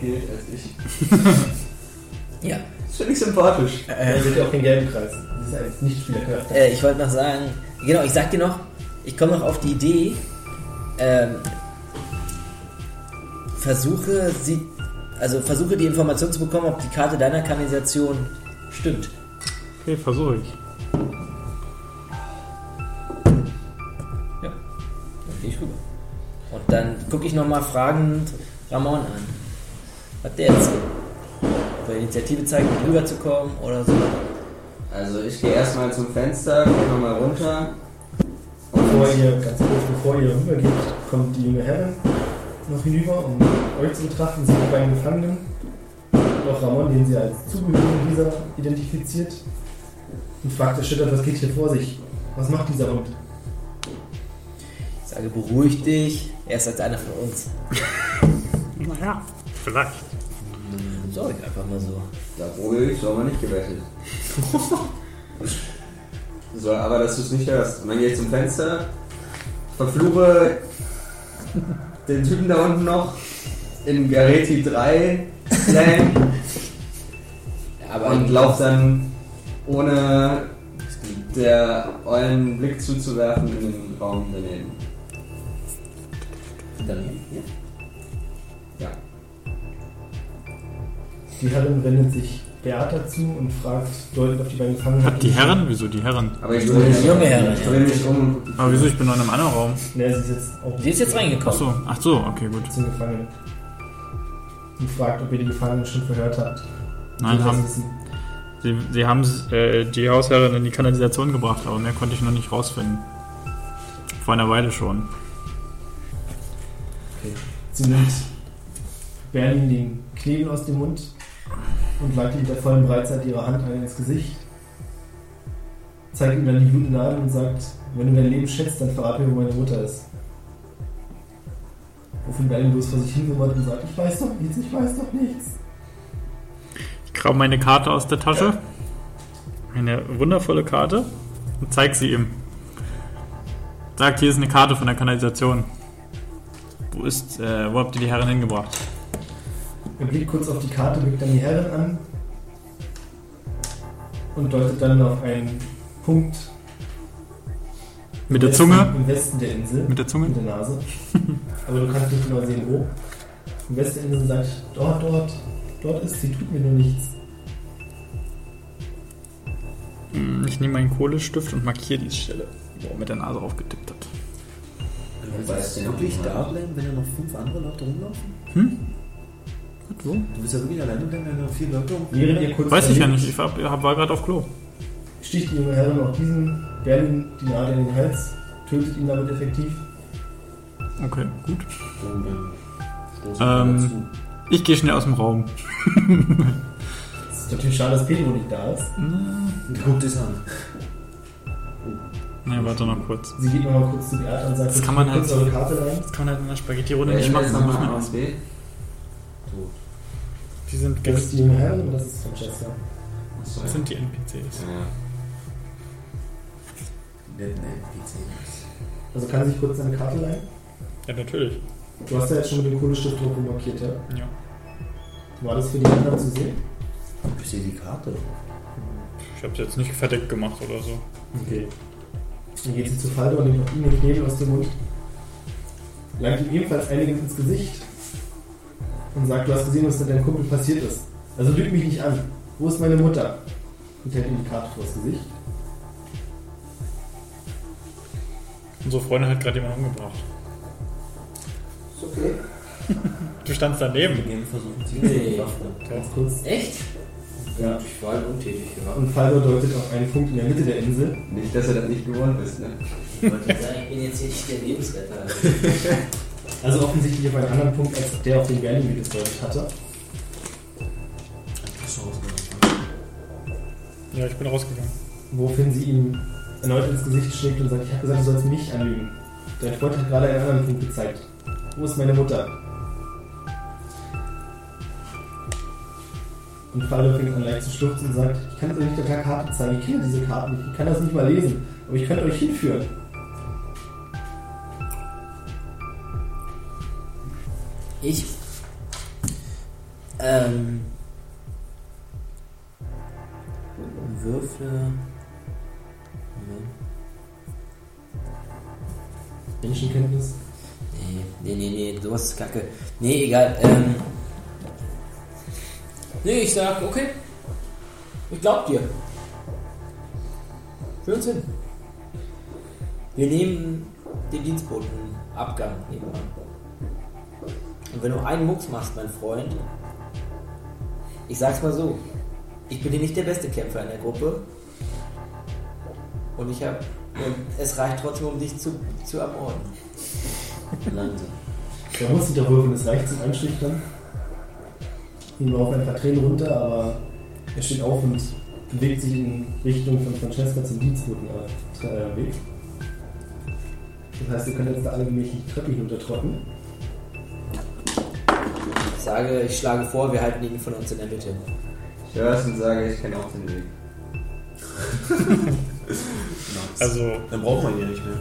gilt als ich.
Ja,
Das finde ich sympathisch.
Dann seht ihr auch den gelben Kreis. Das ist ein Nicht-Spieler.
Äh, ich wollte noch sagen, genau, ich sag dir noch, ich komme noch auf die Idee, ähm, versuche sie, also versuche die Information zu bekommen, ob die Karte deiner Kanalisation stimmt.
Okay, versuche ich.
Dann gehe ich rüber. Und dann gucke ich nochmal fragend Ramon an. Hat der jetzt bei Initiative zeigen, um rüberzukommen oder so?
Also ich gehe erstmal zum Fenster, guck nochmal runter.
Bevor ihr, ganz kurz bevor ihr rübergeht, kommt die junge Herrin noch hinüber, um euch zu betrachten. Sie die beiden Gefangenen. Noch Ramon, den sie als Zugehörigen dieser identifiziert. Und fragt erschüttert, was geht hier vor sich? Was macht dieser Hund?
Ich sage, beruhig dich, er ist als einer von uns.
Naja, vielleicht.
Sag ich einfach mal so.
Da ruhig, soll man nicht gewettet. so, aber dass du es nicht hörst. Und dann gehe ich zum Fenster, verfluche den Typen da unten noch in Gareti 3 Slam
Ja, aber
und lauf dann ohne der euren Blick zuzuwerfen in den Raum daneben.
dann,
Ja.
Die Herrin wendet sich Beata zu und fragt, deutet auf die beiden Gefangenen.
Die Herren? Wieso die Herren?
Aber ich drehe mich,
Junge Herrin.
ich drehe mich um und guck die
Aber wieso? Ich bin noch in einem anderen Raum.
Ne, sie ist jetzt auch
die ist jetzt
Ach
reingekommen.
so, ach so, okay, gut.
zum Gefangenen. Und fragt, ob ihr die Gefangenen schon verhört habt.
Nein,
Sie
haben,
das wissen.
sie, sie haben äh, die Hausherrin in die Kanalisation gebracht, aber mehr konnte ich noch nicht rausfinden. Vor einer Weile schon.
Sie nimmt Berlin den Knebel aus dem Mund und leitet ihn der vollen Breitzeit ihrer Hand an ins Gesicht. Zeigt ihm dann die gute Nadel und sagt, wenn du dein Leben schätzt, dann verrat mir, wo meine Mutter ist. Wofür Berlin bloß vor sich hingewandt und sagt, ich weiß doch nichts, ich weiß doch nichts.
Ich kram meine Karte aus der Tasche. Eine wundervolle Karte. Und zeig sie ihm. Sagt, hier ist eine Karte von der Kanalisation. Wo ist, äh, wo habt ihr die Herren hingebracht?
Er blickt kurz auf die Karte, blickt dann die Herren an und deutet dann auf einen Punkt
Mit der
im
Zunge?
Westen- im Westen der Insel.
Mit der Zunge?
Mit der Nase. Aber du kannst nicht genau sehen, wo. Im Westenden sagt, dort, dort, dort ist sie, tut mir nur nichts.
Hm, Ich nehme meinen Kohlestift und markiere die Stelle, wo er mit der Nase raufgetippt hat.
Du willst
den
Also wirklich
auch mal.
da bleiben, wenn da noch fünf andere Leute rumlaufen?
Gut, wo?
Du willst ja wirklich alleine bleiben, wenn da vier Leute rumlaufen?
Während ihr kurz
Weiß ich ja
überlegt,
nicht, ich war, war gerade auf Klo.
sticht die junge Herrin auch diesen Berlin die Nadel in den Hals, tötet ihn damit effektiv.
Okay, gut.
Stoßen
Ähm.
wir dazu.
Ich gehe schnell aus dem Raum.
Es ist natürlich schade, dass Pedro nicht da ist.
Und guckt es an.
Ne, warte noch kurz.
Sie geht nochmal kurz zu Beata und sagt,
Das kann man
kurz
halt-
eure Karte rein.
Das kann man halt in der Spaghetti-Runde
Wer
nicht
ist
machen.
jetzt
dann muss
nochmal
man-
aus B?
Die sind,
Das ist die junge Herrin und das ist Francesca.
Achso,
das sind die NPCs.
ja.
Netten NPC.
Also kann sie sich kurz seine Karte leihen?
Ja, natürlich.
Du hast ja jetzt schon mit dem Kohlestift drauf markiert, ja?
Ja.
War das für die anderen zu sehen?
Ich sehe die Karte.
Ich habe es jetzt nicht verdeckt gemacht oder so.
Okay. Dann geht sie zu Faldo und nimmt auch ihm den Knebel aus dem Mund. Langt ihm ebenfalls einiges ins Gesicht und sagt, du hast gesehen, was mit deinem Kumpel passiert ist. Also lüg mich nicht an. Wo ist meine Mutter? Und hält ihm die Karte vors Gesicht.
Unsere Freundin hat gerade jemanden umgebracht.
Ist okay.
Du standst daneben.
Gerne versuchen sie
Nee.
zu verhaften.
Ganz kurz.
Echt?
Ja.
Ich war halt untätig, ja.
Und Faldo deutet auf einen Punkt in der Mitte der Insel.
Nicht, dass er das nicht gewohnt ist, ne?
Ich wollte jetzt sagen, ich bin jetzt hier nicht der Lebensretter.
Also offensichtlich auf einen anderen Punkt, als der auf den Berlin gedeutet hatte.
Ja, ich bin rausgegangen.
Woraufhin sie ihm erneut ins Gesicht schlägt und sagt, ich habe gesagt, du sollst mich anlügen. Dein Freund hat gerade einen anderen Punkt gezeigt. Wo ist meine Mutter? Und Faldo fängt an leicht zu schluchzen und sagt, ich kann es euch nicht auf der Karte zeigen, ich kenne diese Karten nicht, ich kann das nicht mal lesen, aber ich könnte euch hinführen.
Ich. Ähm. würfle. Moment.
Menschenkenntnis.
Nee, nee, nee, nee, sowas ist kacke. Nee, egal. Ähm, nee, ich sag, okay. Ich glaub dir. Für uns hin. Wir nehmen den Dienstbotenabgang nebenan. Und wenn du einen Mucks machst, mein Freund, ich sag's mal so, ich bin hier nicht der beste Kämpfer in der Gruppe. Und ich hab. Und es reicht trotzdem, um dich zu, zu ermorden. Langsam.
Der muss sich doch würfeln, das reicht zum Einschüchtern. Ihm laufen ein paar Tränen runter, aber er steht auf und bewegt sich in Richtung von Francesca zum Dienstboten äh, äh, Weg. Das heißt, ihr könnt jetzt da alle gemächlich die Treppe hinuntertrotten.
Ich sage, ich schlage vor, wir halten ihn von uns in der Mitte.
Ich höre es und sage, ich kenne auch den Weg.
Also,
Dann braucht man ihn ja nicht mehr.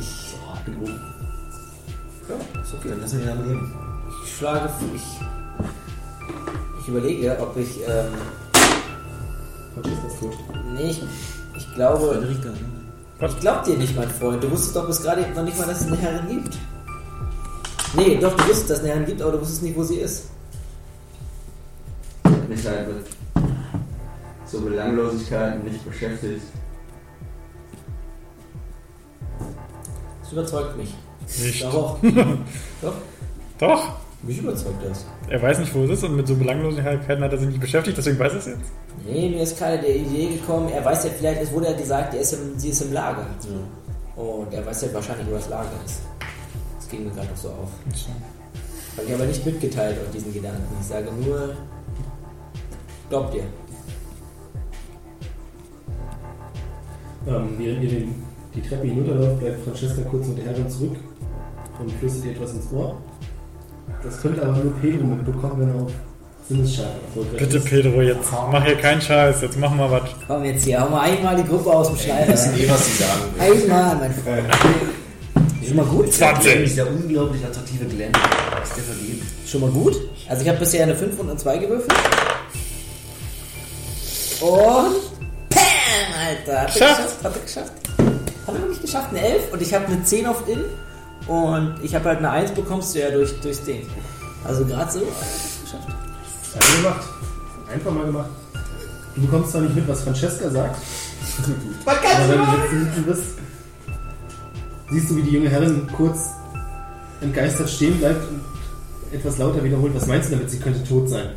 Ich,
Dann lassen wir ihn am Leben.
ich schlage, ich, ich überlege, ob ich, ähm,
Francesca ist tot.
nee, ich, ich glaube,
Frederika, ne?
ich glaub dir nicht, mein Freund. Du wusstest doch bis gerade noch nicht mal, dass es eine Herrin gibt. Nee, doch, du wusstest, dass es eine Herrin gibt, aber du wusstest nicht, wo sie ist.
Mich halt mit so Belanglosigkeiten nicht beschäftigt.
Das überzeugt mich.
nicht.
Doch,
Doch,
mich überzeugt das.
er weiß nicht, wo es ist und mit so Belanglosigkeiten hat er sich nicht beschäftigt, deswegen weiß er es jetzt.
Nee, mir ist keine der Idee gekommen. Er weiß ja vielleicht, es wurde ja gesagt, er ist im, sie ist im Lager. Und er weiß ja wahrscheinlich, wo das Lager ist. Das ging mir gerade noch so auf. Habe ich aber nicht mitgeteilt auf diesen Gedanken. Ich sage nur, glaubt ihr.
Ähm, während ihr den, die Treppe hinunterläuft, bleibt Francesca kurz mit der Herrin zurück und flüstert ihr etwas ins Ohr. Das könnte aber nur Pedro mitbekommen, wenn er auf Sinnesschaden erfolgreich
Bitte,
ist.
Pedro, jetzt mach hier keinen Scheiß, jetzt mach mal was.
Komm jetzt hier, hau mal einmal die Gruppe aus dem Schleifer.
eh, was sie sagen will.
Einmal, mein Freund. Schon mal gut?
20!
Dieser unglaublich attraktive Glenn ist der vergeben.
Schon mal gut? Also ich habe bisher eine 5 und eine 2 gewürfelt. Und Pam, Alter. Hat er
Geschafft.
geschafft? Hat er geschafft? Hat er wirklich geschafft? Eine 11 und ich habe eine 10 auf In. Und ich habe halt eine 1 bekommst du ja durch, durchs Ding. Also gerade so. geschafft.
Einfach gemacht. Einfach mal gemacht. Du bekommst zwar nicht mit, was Francesca sagt. aber wenn du jetzt hinten bist, siehst du, wie die junge Herrin kurz entgeistert stehen bleibt und etwas lauter wiederholt. Was meinst du damit? Sie könnte tot sein.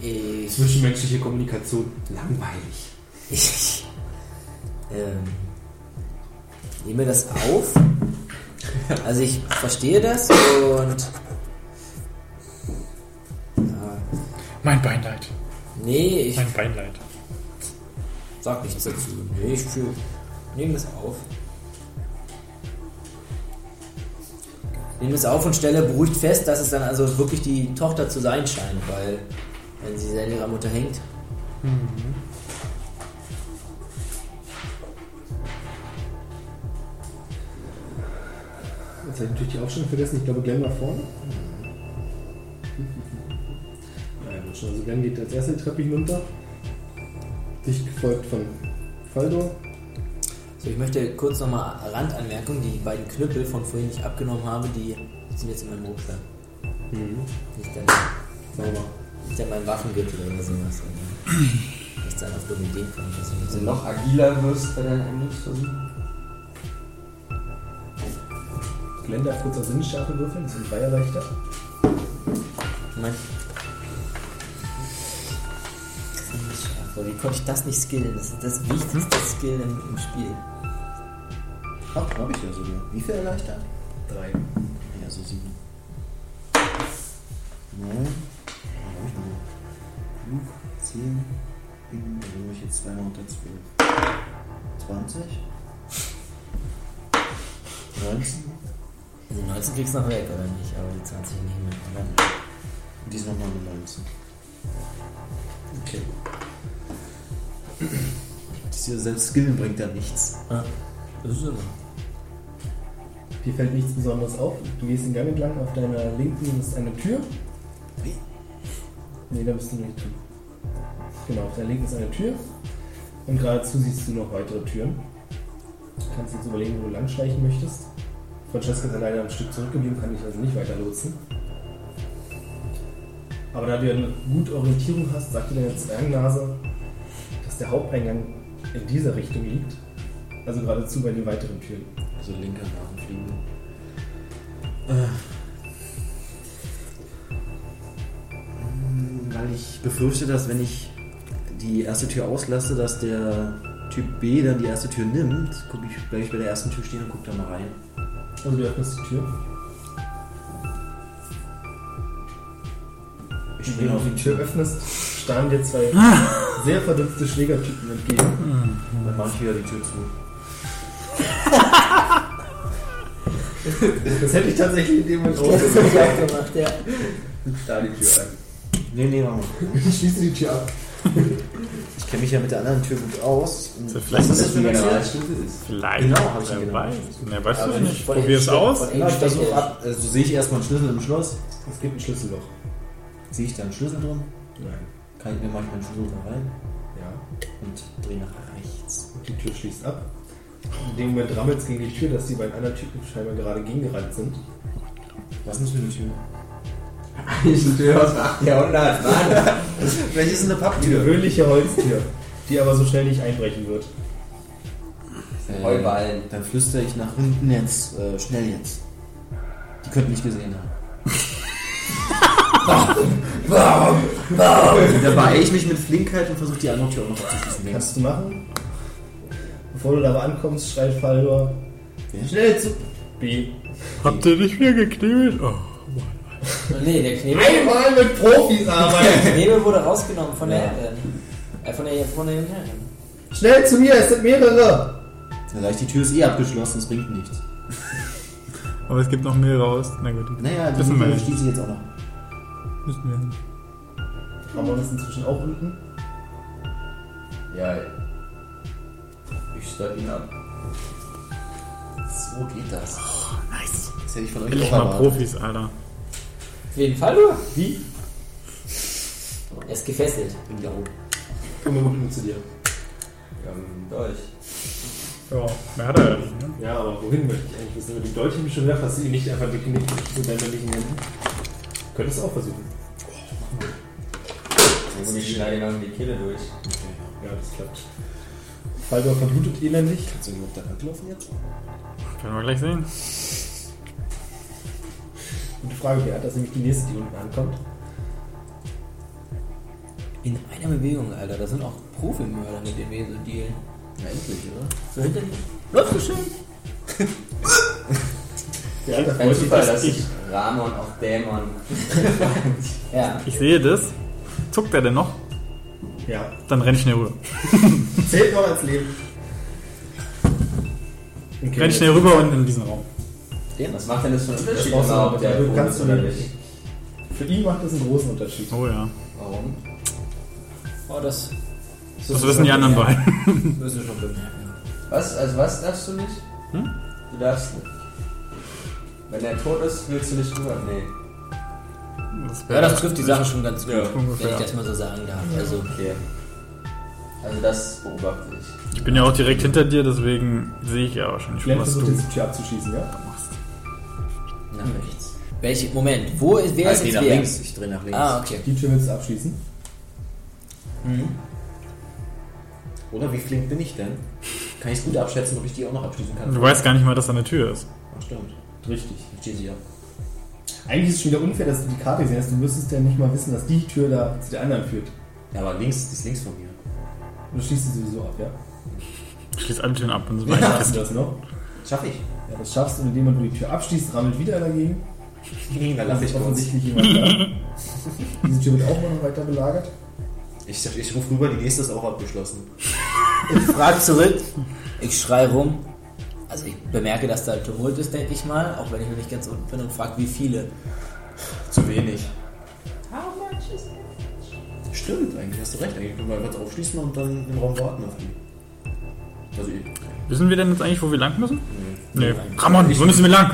Ich,
Zwischenmenschliche Kommunikation. Langweilig.
ich ähm, nehme das auf. Also ich verstehe das und... Ja,
Mein Beinleid,
nee, ich
mein Beinleid.
Sag nichts dazu. Nee, ich fühl- Nehm es auf. Nehm es auf und stelle beruhigt fest, dass es dann also wirklich die Tochter zu sein scheint, weil wenn sie sehr an ihrer Mutter hängt.
Jetzt habe ich natürlich die Aufstellung vergessen. Ich glaube, Glenn war vorne. Naja, gut schon. Also Glenn geht als erste die Treppe hinunter. Dich gefolgt von Faldo.
So, ich möchte kurz nochmal Randanmerkung, die beiden Knüppel von vorhin nicht abgenommen habe, die sind jetzt in meinem Rucksack.
Mhm.
Nicht in,
Sauber.
nicht in meinem Waffengürtel oder sowas. Nicht dann auf dumme Ideen kommen. dass ich-
Wenn du also noch agiler wirst bei deinen Angriffsversuchen.
Glenn darf kurz auf Sinnesschärfe würfeln. Das sind Dreier leichter.
Nein. Wie konnte ich das nicht skillen? Das ist das wichtigste
Hm?
Skill im, im Spiel.
Ach, hab ich ja sogar. Wie viel erleichtert?
Drei.
Ja, so sieben. Neun. Dann hab ich noch Genug. Zehn. Hm, Dann nehme ich jetzt zweimal unter zwölf. Zwanzig. Neunzehn.
Also die 19 kriegst du noch weg, oder nicht? Aber die 20 nicht mehr, oder?
Und dies nochmal eine neunzehn. Okay. Diese selbst Skillen bringt ja nichts.
Das ist immer.
Dir fällt nichts Besonderes auf. Du gehst den Gang entlang. Auf deiner linken ist eine Tür. Nee, da bist du nicht drin. Genau, auf der linken ist eine Tür. Und geradezu siehst du noch weitere Türen. Du kannst jetzt überlegen, wo du langschleichen möchtest. Francesca ist ja leider ein Stück zurückgeblieben, kann dich also nicht weiter lotsen. Aber da du ja eine gute Orientierung hast, sagt dir deine Zwergnase, dass der Haupteingang in dieser Richtung liegt. Also geradezu bei den weiteren Türen.
Also linker Namen fliegen. Hm, Weil ich befürchte, dass wenn ich die erste Tür auslasse, dass der Typ B dann die erste Tür nimmt, guck ich, bleib ich bei der ersten Tür stehen und guck da mal rein.
Also du öffnest die Tür.
Ich
Wenn
stehe
du
auf
die
ihn.
Tür öffnest, starren dir zwei sehr verdünnte Schlägertypen entgegen.
Dann mach ich wieder die Tür zu.
Das hätte ich tatsächlich in dem Moment
Oh.
raus.
Das hab ich auch gemacht, ja.
Da die Tür ein.
Nee, nee, mach mal.
Ich schließe die Tür ab.
Ich kenne mich ja mit der anderen Tür gut aus. Und
So, vielleicht
Was
ist
ist das für eine Tür?
Generalstufe ist.
Vielleicht.
Genau, hab ich
wer
genau.
weiß. Ne, weißt du
Aber
nicht. Probier es aus.
Ja, ich versuche ab. Also sehe ich erstmal einen Schlüssel im Schloss.
Es gibt ein Schlüsselloch.
Sehe ich da einen Schlüssel drin?
Nein.
Kann ich mir mal meinen Schlüssel da rein
Ja.
und drehe nach rechts.
Und die Tür schließt ab. In dem Moment rammelt es gegen die Tür, dass die beiden anderen Typen scheinbar gerade gegengerannt sind.
Was ist das für eine Tür?
Eigentlich eine Tür aus dem 8. Jahrhundert, Mann.
Vielleicht ist es eine
Die
Papptür.
gewöhnliche Holztür, die aber so schnell nicht einbrechen wird.
Äh,
Heuballen.
Dann flüstere ich nach hinten jetzt, äh, schnell jetzt. Die könnten mich gesehen haben. da beeile ich mich mit Flinkheit und versuche die andere Tür auch noch abzuschließen. links.
Kannst du machen. Bevor du da aber ankommst, schreit Faldor. Schnell zu B.
Habt ihr nicht mehr geknebelt? Oh.
Nee, der Knebel,
Einmal mit Profis
der
arbeiten!
Knebel wurde rausgenommen von der Herrin. Äh, von der, von der jungen Herrin.
Schnell zu mir, es sind mehrere!
Dann sag ich, die Tür ist eh abgeschlossen, es bringt nichts.
Aber es gibt noch mehr raus. Na gut.
Naja, die
Wissen wir
Tür
nicht.
schließe ich jetzt auch noch.
Müssen wir nicht.
Ramon ist inzwischen auch unten.
Ja. Ich stört ihn ab.
So geht das.
Nice.
Das hätte ich von euch
Endlich
auch
mal
erwartet.
Profis, Alter.
Auf jeden Fall, du?
Wie?
Er ist gefesselt.
Ja,
Komm mal unten zu dir.
Ähm, Dolch.
Ja, mehr hat er ja nicht. Ne?
Ja, aber wohin möchte ich eigentlich wissen? Mit dem Dolch habe ich schon gedacht, dass du ihn ne? nicht einfach geknickt zu deinen männlichen Händen. Könntest du auch versuchen.
Und ich schneide ihm die Kehle durch.
Ja, das klappt. Faldor verblutet elendig.
Kannst du ihn auf der Hand laufen jetzt?
Können wir gleich sehen.
Gute Frage, Beat, das ist nämlich die nächste, die unten ankommt.
In einer Bewegung, Alter. Das sind auch Profimörder, mit denen wir hier so dealen.
Ja, endlich, oder?
So hinter dir. Läuft so schön.
Der Alter
Kein
freut sich,
Zufall,
dass
dass
ich.
ich Ramon auf Dämon.
Ja.
Ich sehe das. Zuckt er denn noch?
Ja,
Dann renn ich schnell rüber.
zählt noch als Leben. Okay,
Renn schnell rüber und in diesen Raum.
Was macht denn das für einen Unterschied
brauchst du
genau,
aber
ob der
nicht.
tot
Kannst
ist
du
oder
nicht.
nicht?
Für ihn macht das einen großen Unterschied.
Oh ja.
Warum?
Oh, das
Das halt- wissen die anderen beiden.
müssen wir schon bemerken.
Was? Also was darfst du nicht? Du darfst nicht. Wenn er tot ist, willst du nicht rüber? Nee.
Das halt-
Ja,
wäre
das trifft die Sache schon ganz gut, wenn ich
ungefähr.
das mal so sagen darf. Also,
Okay. Also das beobachte ich.
Ich bin ja auch direkt hinter dir, deswegen sehe ich ja wahrscheinlich schon,
Glenn
was
versucht
du
jetzt die Tür abzuschießen, ja?
da machst.
nach rechts. Welche? Moment, wo ist, wer ist
nee,
jetzt
Hm. Halt nach
wer?
links. Ich drehe nach links.
Ah, okay.
Die Tür willst du abschließen.
Oder wie flink bin ich denn? Kann ich es gut abschätzen, ob ich die auch noch abschließen kann?
Du weißt gar nicht mal, dass da eine Tür ist.
Ach, stimmt.
Richtig.
Ich stehe sie ab.
Eigentlich ist es schon wieder unfair, dass du die Karte gesehen hast. Du müsstest ja nicht mal wissen, dass die Tür da zu der anderen führt.
Ja, aber links, das ist links von mir.
Und du schließt sie sowieso ab, ja?
Schließ alle Türen ab und so weiter.
Schaffst du das noch?
Schaffe ich.
Ja, das schaffst du, indem man du die Tür abschließt, rammelt wieder dagegen.
Da
Dann
lache
ist
ich kurz.
offensichtlich jemand da. Diese Tür wird auch immer noch weiter belagert.
Ich, ich rufe rüber, die nächste ist auch abgeschlossen.
Ich frage zurück, ich schrei rum. Also ich bemerke, dass da Tumult ist, denke ich mal, auch wenn ich noch nicht ganz unten bin und frage, wie viele.
Zu wenig. Stimmt, eigentlich hast du recht. Eigentlich können wir einfach aufschließen und dann im Raum warten auf die. Also ich.
Wissen wir denn jetzt eigentlich, wo wir lang müssen? Nee. Ramon, wo müssen wir lang?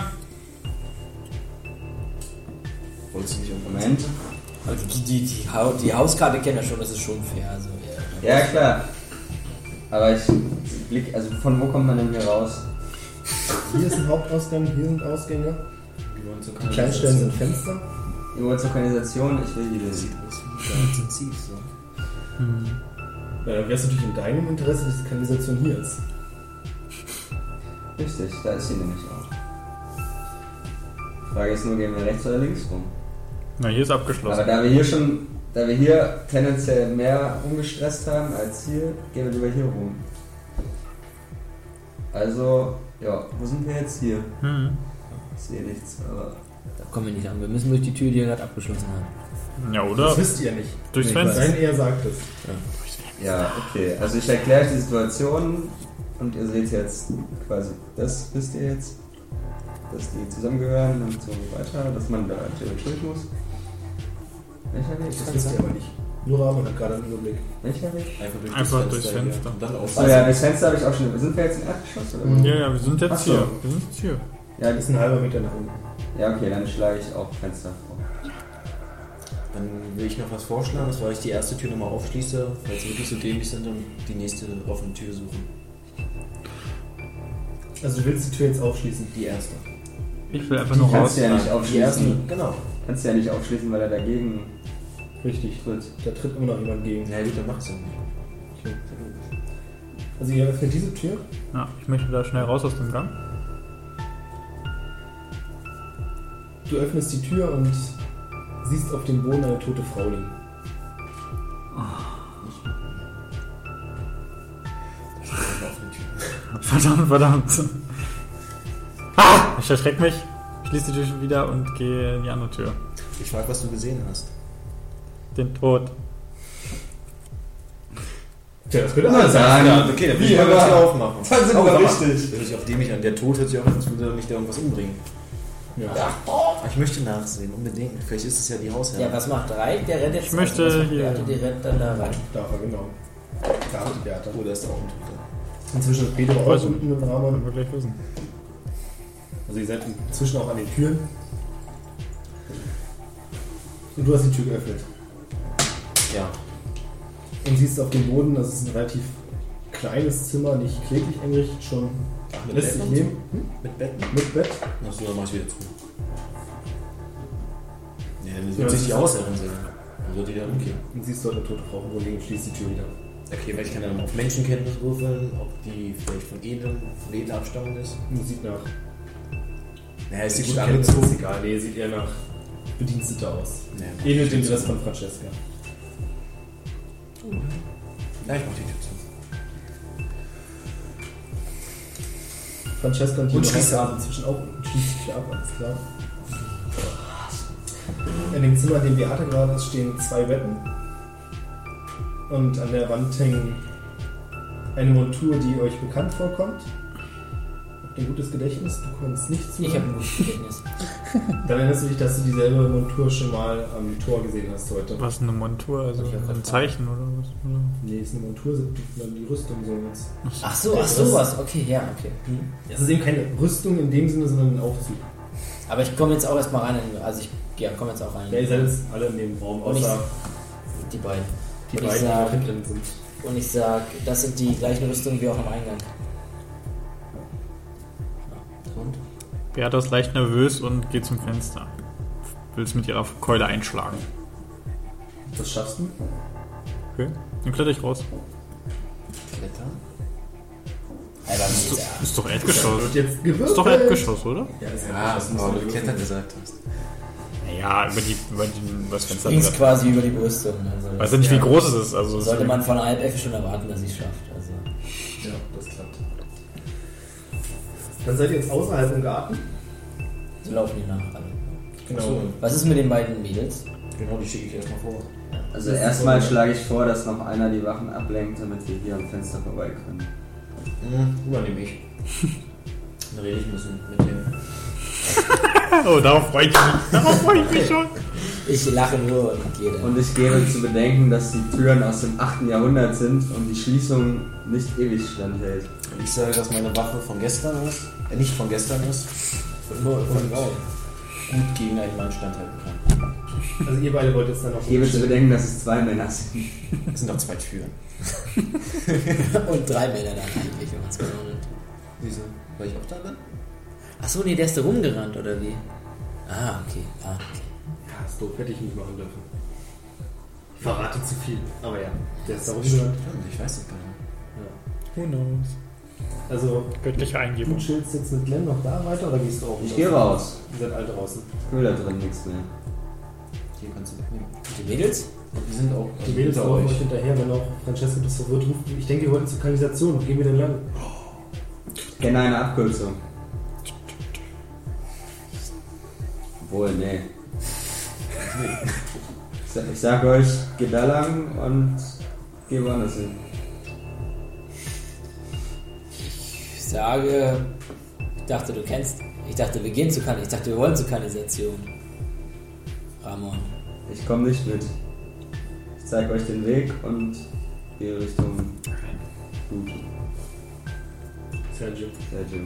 Wolltest du nicht irgendwann
Moment.
Also die, die die, die, Hau- die Hauskarte kennt er schon, das ist schon fair. Also, ja.
Ja, klar. Aber ich blick, also von wo kommt man denn hier raus?
Hier ist ein Hauptausgang, hier sind Ausgänge. Die Kleinstellen sind Fenster.
Ihr wollt zur Organisation, ich will die lesen.
Ja, dann wäre es Äh, natürlich in deinem Interesse, dass die Kanalisation hier ist.
Richtig, da ist sie nämlich auch. Frage ist nur, gehen wir rechts oder links rum?
Na, hier ist
Aber
abgeschlossen.
da wir hier schon, da wir hier tendenziell mehr umgestresst haben als hier, gehen wir lieber hier rum. Also, ja, wo sind wir jetzt hier?
Hm.
Ich sehe nichts, aber.
Da kommen wir nicht an. Wir müssen durch die Tür, die er gerade abgeschlossen hat.
Ja,
Das
oder?
wisst ihr nicht.
Durchs
Nee,
Fenster.
Nein, er sagt es.
Ja, okay. Also ich erkläre euch die Situation und ihr seht jetzt quasi, das wisst ihr jetzt, dass die zusammengehören und so weiter, dass man da theoretisch durch muss. Welcher Weg?
Das wisst ihr aber nicht. Nur Rahman hat gerade einen Überblick.
Welcher
Also-
Weg?
Einfach durchs Fenster.
Und dann auf
Achso, Oh ja, das Fenster habe ich auch schon. Sind wir jetzt im Erdgeschoss oder wo?
Ja, ja, wir sind
Ach
jetzt
so.
hier. Wir sind jetzt hier.
Ja,
Das
das,
ist ein halber Meter nach unten.
ja, okay, dann schlage ich auch Fenster vor.
Dann will ich noch was vorschlagen, dass ich die erste Tür nochmal aufschließe, falls sie wirklich so dämlich sind und die nächste offene Tür suchen.
Also du willst die Tür jetzt aufschließen.
Die erste.
Ich will einfach nur
Kannst
raus.
du ja nicht
Die erste,
aufschließen.
genau.
Kannst du ja nicht aufschließen, weil er dagegen
Richtig.
tritt.
Da tritt immer noch jemand gegen.
Na ja, gut, dann mach's ja nicht.
Also ihr öffnet diese Tür.
Ja, ich möchte da schnell raus aus dem Gang.
Du öffnest die Tür und siehst auf dem Boden eine tote Frau liegen.
Verdammt, verdammt. Ah! Ich erschreck mich, schließe die Tür schon wieder und gehe in die andere Tür.
Ich frage, was du gesehen hast.
Den Tod.
Tja, das könnte
Na dann.
okay, dann will
Wie
ich mal
immer.
was hier aufmachen.
Dann sind
Oh,
wir
sag mal,
richtig.
Hört sich auf dämlich an. Der Tod hört sich auch an, als würde mich da irgendwas umbringen.
Ja.
Aber ich möchte nachsehen, unbedingt. Vielleicht ist es ja die Hausherrin.
Ja, was macht drei? Der rennt jetzt.
Ich möchte
was macht
hier-
Beate? Die rennt dann da rein.
Darf er, genau. Da hat die Bertha.
Oh, da ist auch ein Toter.
Inzwischen ist Pedro auch
Weiß ich
unten im
Wollen
Rahmen.
wir gleich wissen.
Also ihr seid inzwischen auch an den Türen. Und du hast die Tür geöffnet.
Ja.
Und siehst auf dem Boden, das ist ein relativ kleines Zimmer, nicht kläglich eingerichtet, schon
Ach, mit
lässt sich
Betten?
nehmen.
Mit Betten?
Mit Bett.
Achso, dann mach ich wieder zu. Nee, dann
Ja,
wird sich
das
die
ist-
Hausherrin sehen. Dann wird die dann okay.
Und siehst dort eine tote Frau rumliegen, schließt die Tür wieder.
Okay, weil ich kann ja mal auf Menschenkenntnis würfeln, ob die vielleicht von edlen, von edler Abstammung ist.
Und sie sieht nach.
Naja, ist sie gut
Stange
angezogen.
ist egal, nee, sieht eher nach Bediensteter aus.
Nee.
Ähnelt dem Dress von Francesca.
Ja, ich mach die Tür zu.
Francesca und Jimmy
schließt
haben inzwischen auch und schließt sich ab, alles klar. In dem Zimmer, in dem Beate gerade ist, stehen zwei Betten. Und an der Wand hängen eine Montur, die euch bekannt vorkommt. Habt ihr ein gutes Gedächtnis? Du konntest nicht zu.
Ich habe ein gutes Gedächtnis.
Dann erinnerst du dich, dass du dieselbe Montur schon mal am Tor gesehen hast heute.
Was eine Montur, also
Ich hab
ein
grad
Zeichen oder was? Oder?
Nee, ist eine Montur, sind dann die Rüstung so. jetzt.
Ach so, ach sowas. Okay, ja, okay. Hm.
Es ist eben keine Rüstung in dem Sinne, sondern ein Aufzug.
Aber ich komme jetzt auch erstmal rein. In, also ich ja, komme jetzt auch rein.
Ja, ihr seid jetzt alle in dem Raum,
Und ich-
außer
Die beiden.
die
und,
beiden,
ich
die noch
sag,
hinten sind.
und ich sag, das sind die gleichen Rüstungen wie auch am Eingang.
Und?
Beata ist leicht nervös und geht zum Fenster. Will es mit ihrer Keule einschlagen.
Das schaffst du?
Okay, dann kletter ich raus.
Klettern?
Alter,
Ist
Mieser.
doch, ist doch
Äh,
Erdgeschoss.
Jetzt gewürfelt.
Ist doch Erdgeschoss, oder?
Ja, ist
Ja,
Erdgeschoss.
aber du Klettern gesagt hast.
Naja, über die, über die was Fenster.
Links quasi über die Brüstung. Also
Weiß ja nicht, wie groß es ist. Also
sollte man von einer Elf schon erwarten, dass sie es schafft. Also.
Ja, das klappt. Dann seid ihr jetzt außerhalb im Garten.
So laufen die nach also. alle.
Genau.
Was ist mit den beiden Mädels?
Genau, die schicke ich erstmal vor.
Also erstmal schlage ich vor, dass noch einer die Wachen ablenkt, damit wir hier am Fenster vorbei können.
Mhm, übernehme ich. Dann rede ich ein bisschen mit dem.
Oh, darauf freue ich mich. Darauf freue ich mich schon.
Ich lache nur und gehe dann.
Und ich gebe zu bedenken, dass die Türen aus dem 8. Jahrhundert sind und die Schließung nicht ewig standhält.
Und ich sage, dass meine Waffe von gestern ist, äh, nicht von gestern ist, und gut gegen einen Mann standhalten kann.
Also ihr beide wollt jetzt dann auch.
Ich gebe zu bedenken, dass es zwei Männer sind.
Es sind doch zwei Türen.
Und drei Männer dann eigentlich, wenn man es genau nimmt.
Wieso? Weil ich auch da bin?
Achso, nee, der ist da rumgerannt, oder wie? Ah, okay. Ah, okay.
Ja, ist doof, hätte ich nicht machen dürfen. Ich verrate zu viel. Aber ja, der ist da rumgerannt.
Ich weiß das gar nicht.
Who knows?
Also,
Göttliche
du
Eingebung.
chillst jetzt mit Glenn noch da weiter oder gehst du auch
Ich
raus?
gehe raus.
Ihr seid alle draußen.
Ich will da drin nichts mehr.
Hier kannst du wegnehmen.
Die Mädels?
Und die sind auch.
Die Mädels
hinter
laufen euch hinterher, wenn auch Francesco das so wird, ruft, ich denke, wir wollten zur Kanalisation, wo gehen wir denn lang?
Ich kenne Genau, eine Abkürzung. Obwohl, nee. Ich sag- Ich sag euch, geht da lang und geh woanders hin.
Ich sage, ich dachte, du kennst. Ich dachte, wir gehen zu Kanalisation. Ich dachte, wir wollen zu Kanalisation. Ramon.
Ich komme nicht mit. Ich zeig euch den Weg und gehe Richtung. Gut,
Sergio.
Sergio.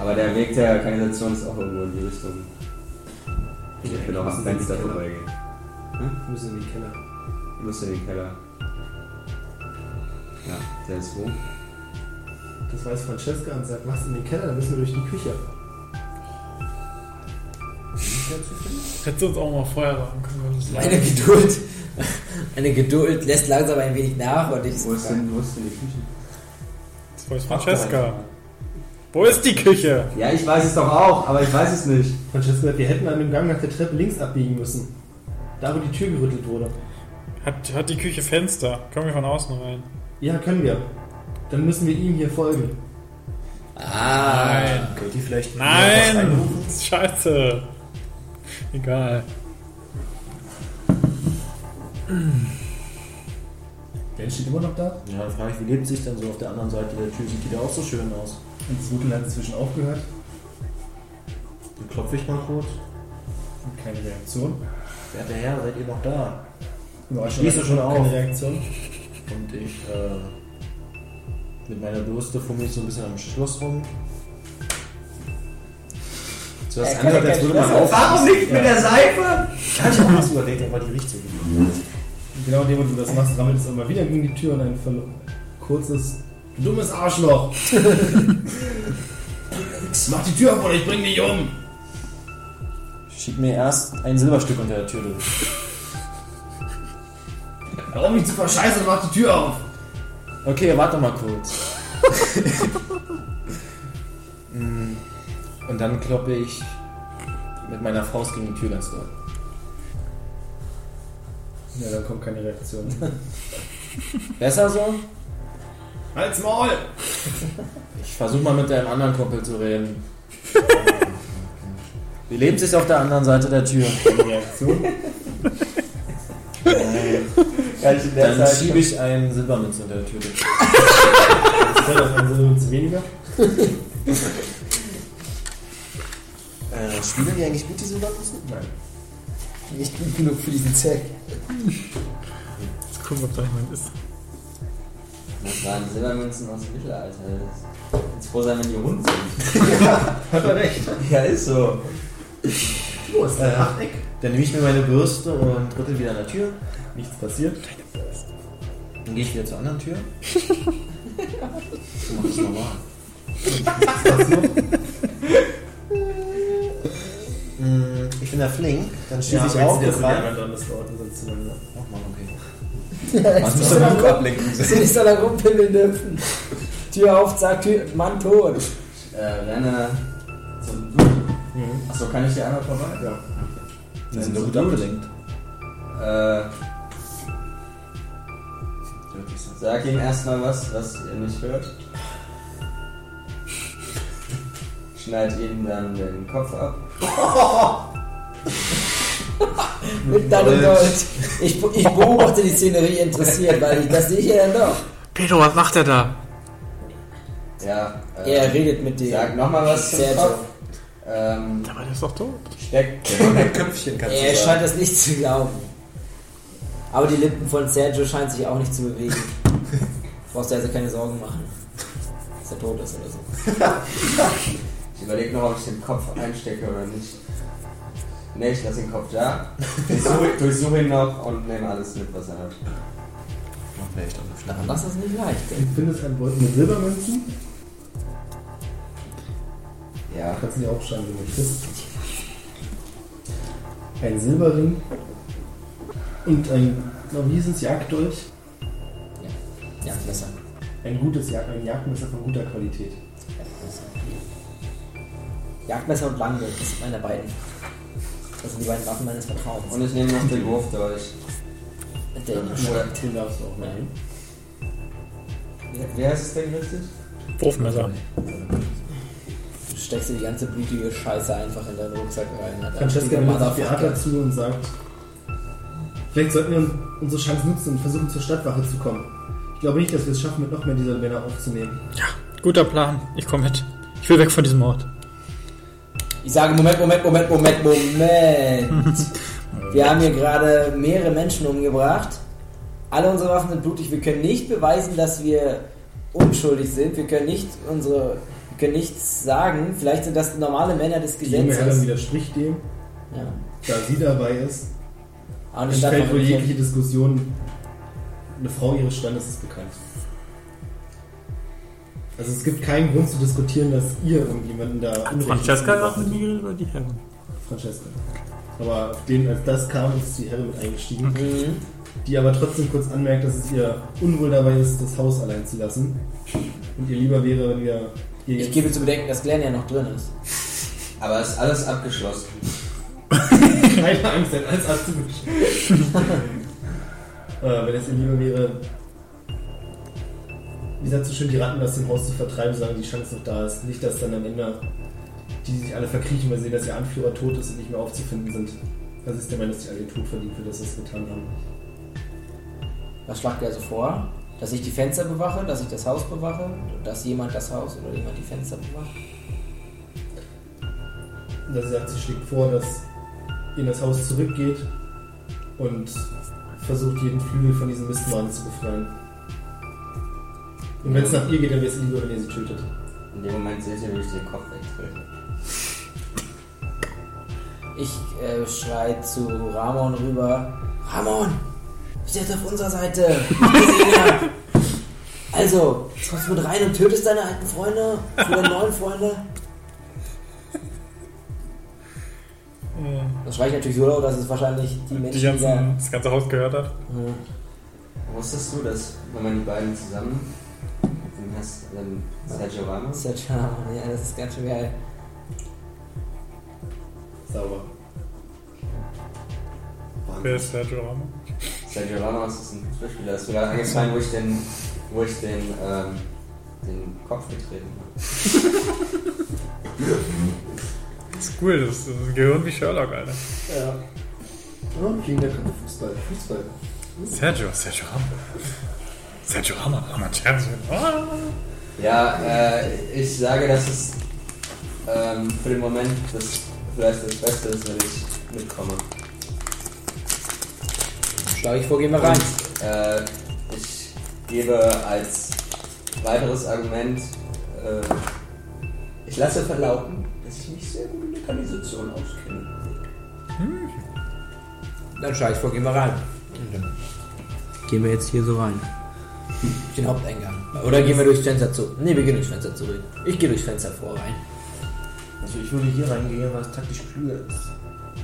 Aber der Weg der Kanalisation ist auch irgendwo in die Richtung. Ich will auch am Fenster vorbeigehen.
Wir müssen in den Keller.
Du musst in den Keller. Ja, der ist wo?
Das weiß Francesca und sagt, machst in den Keller, dann müssen wir durch die Küche.
Hättest du uns auch mal vorher sagen können. Das
Meine Geduld. Meine Geduld lässt langsam ein wenig nach und ich.
Wo ist denn, wo ist denn die Küche?
Wo ist Francesca? Wo ist die Küche?
Ja, ich weiß es doch auch, aber ich weiß es nicht.
Francesca sagt, wir hätten an dem Gang nach der Treppe links abbiegen müssen. Da, wo die Tür gerüttelt wurde.
Hat, hat die Küche Fenster? Kommen wir von außen rein?
Ja, können wir. Dann müssen wir ihm hier folgen.
Ah.
Nein.
Könnt ihr vielleicht.
Nein! Scheiße! Egal.
Der steht immer noch da? Ja, dann frage ich, wie lebt sich denn so auf der anderen Seite der Tür? Sieht die da auch so schön aus?
Und das Rütteln hat inzwischen aufgehört.
Dann klopfe ich mal kurz.
Und keine Reaktion.
Werte Herr, seid ihr noch da?
Schließt du schon auf? Keine Reaktion.
Und ich äh, mit meiner Bürste fummel ich so ein bisschen am Schloss rum. So was
Äh,
Er kann
anderes,
ja
als
kein
würde man auf.
Warum nicht mit der Seife?
Kann ich auch nicht überlegt, aber die riecht so gut.
Genau in dem, wo du das machst, rammelt es immer wieder gegen die Tür und ein verlo- kurzes, dummes Arschloch. Mach die Tür auf oder ich bring dich um.
Schieb mir erst ein Silberstück unter der Tür durch.
Hör auf mich zu verscheißen und mach die Tür auf.
Okay, warte mal kurz. Mm, Und dann kloppe ich mit meiner Faust gegen die Tür ganz doll.
Ja, dann kommt keine Reaktion.
Besser so?
Halt's Maul!
Ich versuche mal mit deinem anderen Kumpel zu reden. Wie lebt sich auf der anderen Seite der Tür?
Keine Reaktion.
Kann ich in der
Dann
Zeit
schiebe ich ein Silbermünz unter der Tür. durch.
Das ist also ein zu weniger.
Äh, spielen die eigentlich gut, die Silbermünzen? Nein.
Nicht gut genug für diesen Zweck.
Jetzt gucken, ob da jemand ist.
Das waren Silbermünzen aus dem Mittelalter. Jetzt froh sein, wenn die rund sind.
Hat er recht.
Ja, ist so.
Los,
Äh,
Achteck.
Dann nehme ich mir meine Bürste und rüttel wieder an der Tür.
Nichts passiert.
Dann gehe ich wieder zur anderen Tür. Und mach das normal. Mm, ich bin da flink, dann schieße ich auch
das
das rein.
jemand anders dort und sitzt zueinander.
Nochmal, okay.
Was
musst
ist
du
denn da
ablenken?
Was ist denn da rumpimmeln dürfen? Tür auf, zack, Tür, Mann tot.
Äh, renne zum Achso, kann ich die einmal vorbei?
Ja.
Die sind doch gut abgelenkt.
Äh, sag ihm erstmal was, was ihr nicht hört. Schneid ihm dann den Kopf ab.
Mit deinem Gold. Ich, ich beobachte die Szenerie interessiert, weil ich, das sehe ich ja dann doch.
Pedro, was macht er da?
Ja. äh,
Er redet mit dir.
Sag nochmal was zum
Sehr
Kopf. Ähm,
Aber der ist doch tot.
steck.
Ein Köpfchen kannst
Er scheint das nicht zu glauben. Aber die Lippen von Sergio scheinen sich auch nicht zu bewegen. Brauchst dir also keine Sorgen machen, dass er tot ist oder so.
Ich überlege noch, ob ich den Kopf einstecke oder nicht. Ne, ich lasse den Kopf da. Durchsuche, durchsuche ihn noch und nehme alles mit, was er hat.
Dann lass das nicht leicht.
Du findest einen Beutel mit Silbermünzen.
Ja.
Kannst du dir aufschreiben, wenn du möchtest. Ein Silberring. Und ein, na, wie ist es, Jagddolch?
Ja, besser.
Ein gutes Jagd, ein Jagdmesser von guter Qualität.
Jagdmesser und Lange, das sind meine beiden. Das sind die beiden Waffen meines Vertrauens.
Und ich nehme noch den Wurf durch.
Und der
Oder,
Den darfst du auch nehmen.
wie heißt das Ding richtig?
Wurfmesser.
du steckst dir die ganze blutige Scheiße einfach in deinen Rucksack rein. Alter.
Francesca
Richtiger
nimmt sich Beata
Motherfucker.
zu und sagt, vielleicht sollten wir unsere Chance nutzen und versuchen, zur Stadtwache zu kommen. Ich glaube nicht, dass wir es schaffen, mit noch mehr dieser Männer aufzunehmen.
Guter Plan. Ich komme mit. Ich will weg von diesem Ort.
Ich sage, Moment, Moment, Moment, Moment, Moment. wir haben hier gerade mehrere Menschen umgebracht. Alle unsere Waffen sind blutig. Wir können nicht beweisen, dass wir unschuldig sind. Wir können nicht unsere... Wir können nichts sagen. Vielleicht sind das normale Männer des
Die junge Herrin
Gesetzes.
widerspricht dem,
Ja.
da sie dabei ist.
Aber die
Es fällt
Stadtwache
wohl
nicht
jegliche Diskussion. Eine Frau ihres Standes ist bekannt. Also es gibt keinen Grund zu diskutieren, dass ihr irgendjemanden da
Hat
Unrecht
Francesca
gemacht
gerade mit mir geredet oder die Herren?
Francesca. Aber auf den, als das kam, ist die Herrin mit eingestiegen, die aber trotzdem kurz anmerkt, dass es ihr unwohl dabei ist, das Haus allein zu lassen. Und ihr lieber wäre, wenn wir ihr
Ich
jetzt
gebe zu bedenken, dass Glenn ja noch drin ist.
Aber es ist alles abgeschlossen.
keine Angst hätten, als Arzt zu äh, Wenn es ihr lieber wäre, wie sagt so schön, die Ratten aus dem Haus zu vertreiben, solange die Chance noch da ist. Nicht, dass dann am Ende die sich alle verkriechen, weil sie sehen, dass ihr Anführer tot ist und nicht mehr aufzufinden sind. Was ist der Meinung, dass die alle tot verdient für das, was sie getan haben?
Was schlagt ihr also vor? Dass ich die Fenster bewache, dass ich das Haus bewache, dass jemand das Haus oder jemand die Fenster bewacht?
Und sie sagt, sie schlägt vor, dass ihr in das Haus zurückgeht und versucht, jeden Flügel von diesem Mistmann zu befreien. Und wenn es nach ihr geht, dann wäre es lieber, wenn ihr sie tötet.
In dem Moment seht ihr, wie ich den Kopf wegdrehe.
Ich äh, schrei zu Ramon rüber. Ramon! Bist jetzt auf unserer Seite! wie ich gesehen hab. Also, jetzt kommst du mit rein und tötest deine alten Freunde für deine neuen Freunde. Das schrei ich natürlich so laut, dass es wahrscheinlich die Menschen,
Äh, Die
die da...
ganzen, das ganze Haus gehört hat.
Hm.
Wusstest du, dass wenn man die beiden zusammen, dann hast dann ähm, Sergio Ramos.
Sir Charmon, ja, das ist ganz schön geil.
Sauber.
Wer ist der Drama?
Sergio Ramos ist ein Schauspieler. Ist mir gerade eingefallen, wo ich den, wo ich den, ähm, den Kopf getreten habe.
Das ist cool, das ist ein Gehirn wie Sherlock, Alter.
Ja. Und gegen der Kampf Fußball. Fußball.
Sergio, Sergio Rama. Sergio Rama, Rama Sergio. Ah.
Ja, äh, ich sage, dass es ähm, für den Moment das vielleicht das Beste ist, wenn ich mitkomme.
Schlage ich vor, gehen wir rein.
Äh, ich gebe als weiteres Argument, äh, ich lasse verlauten, dass ich mich sehr gut in der Kanalisation auskenne.
Dann schlage ich vor, gehen wir rein. Gehen wir jetzt hier so rein. Den Haupteingang. Oder gehen wir durchs Fenster zu? Ne, wir gehen durchs Fenster zurück. Ich gehe durchs Fenster vor rein.
Also ich würde hier reingehen, weil es taktisch klüger ist.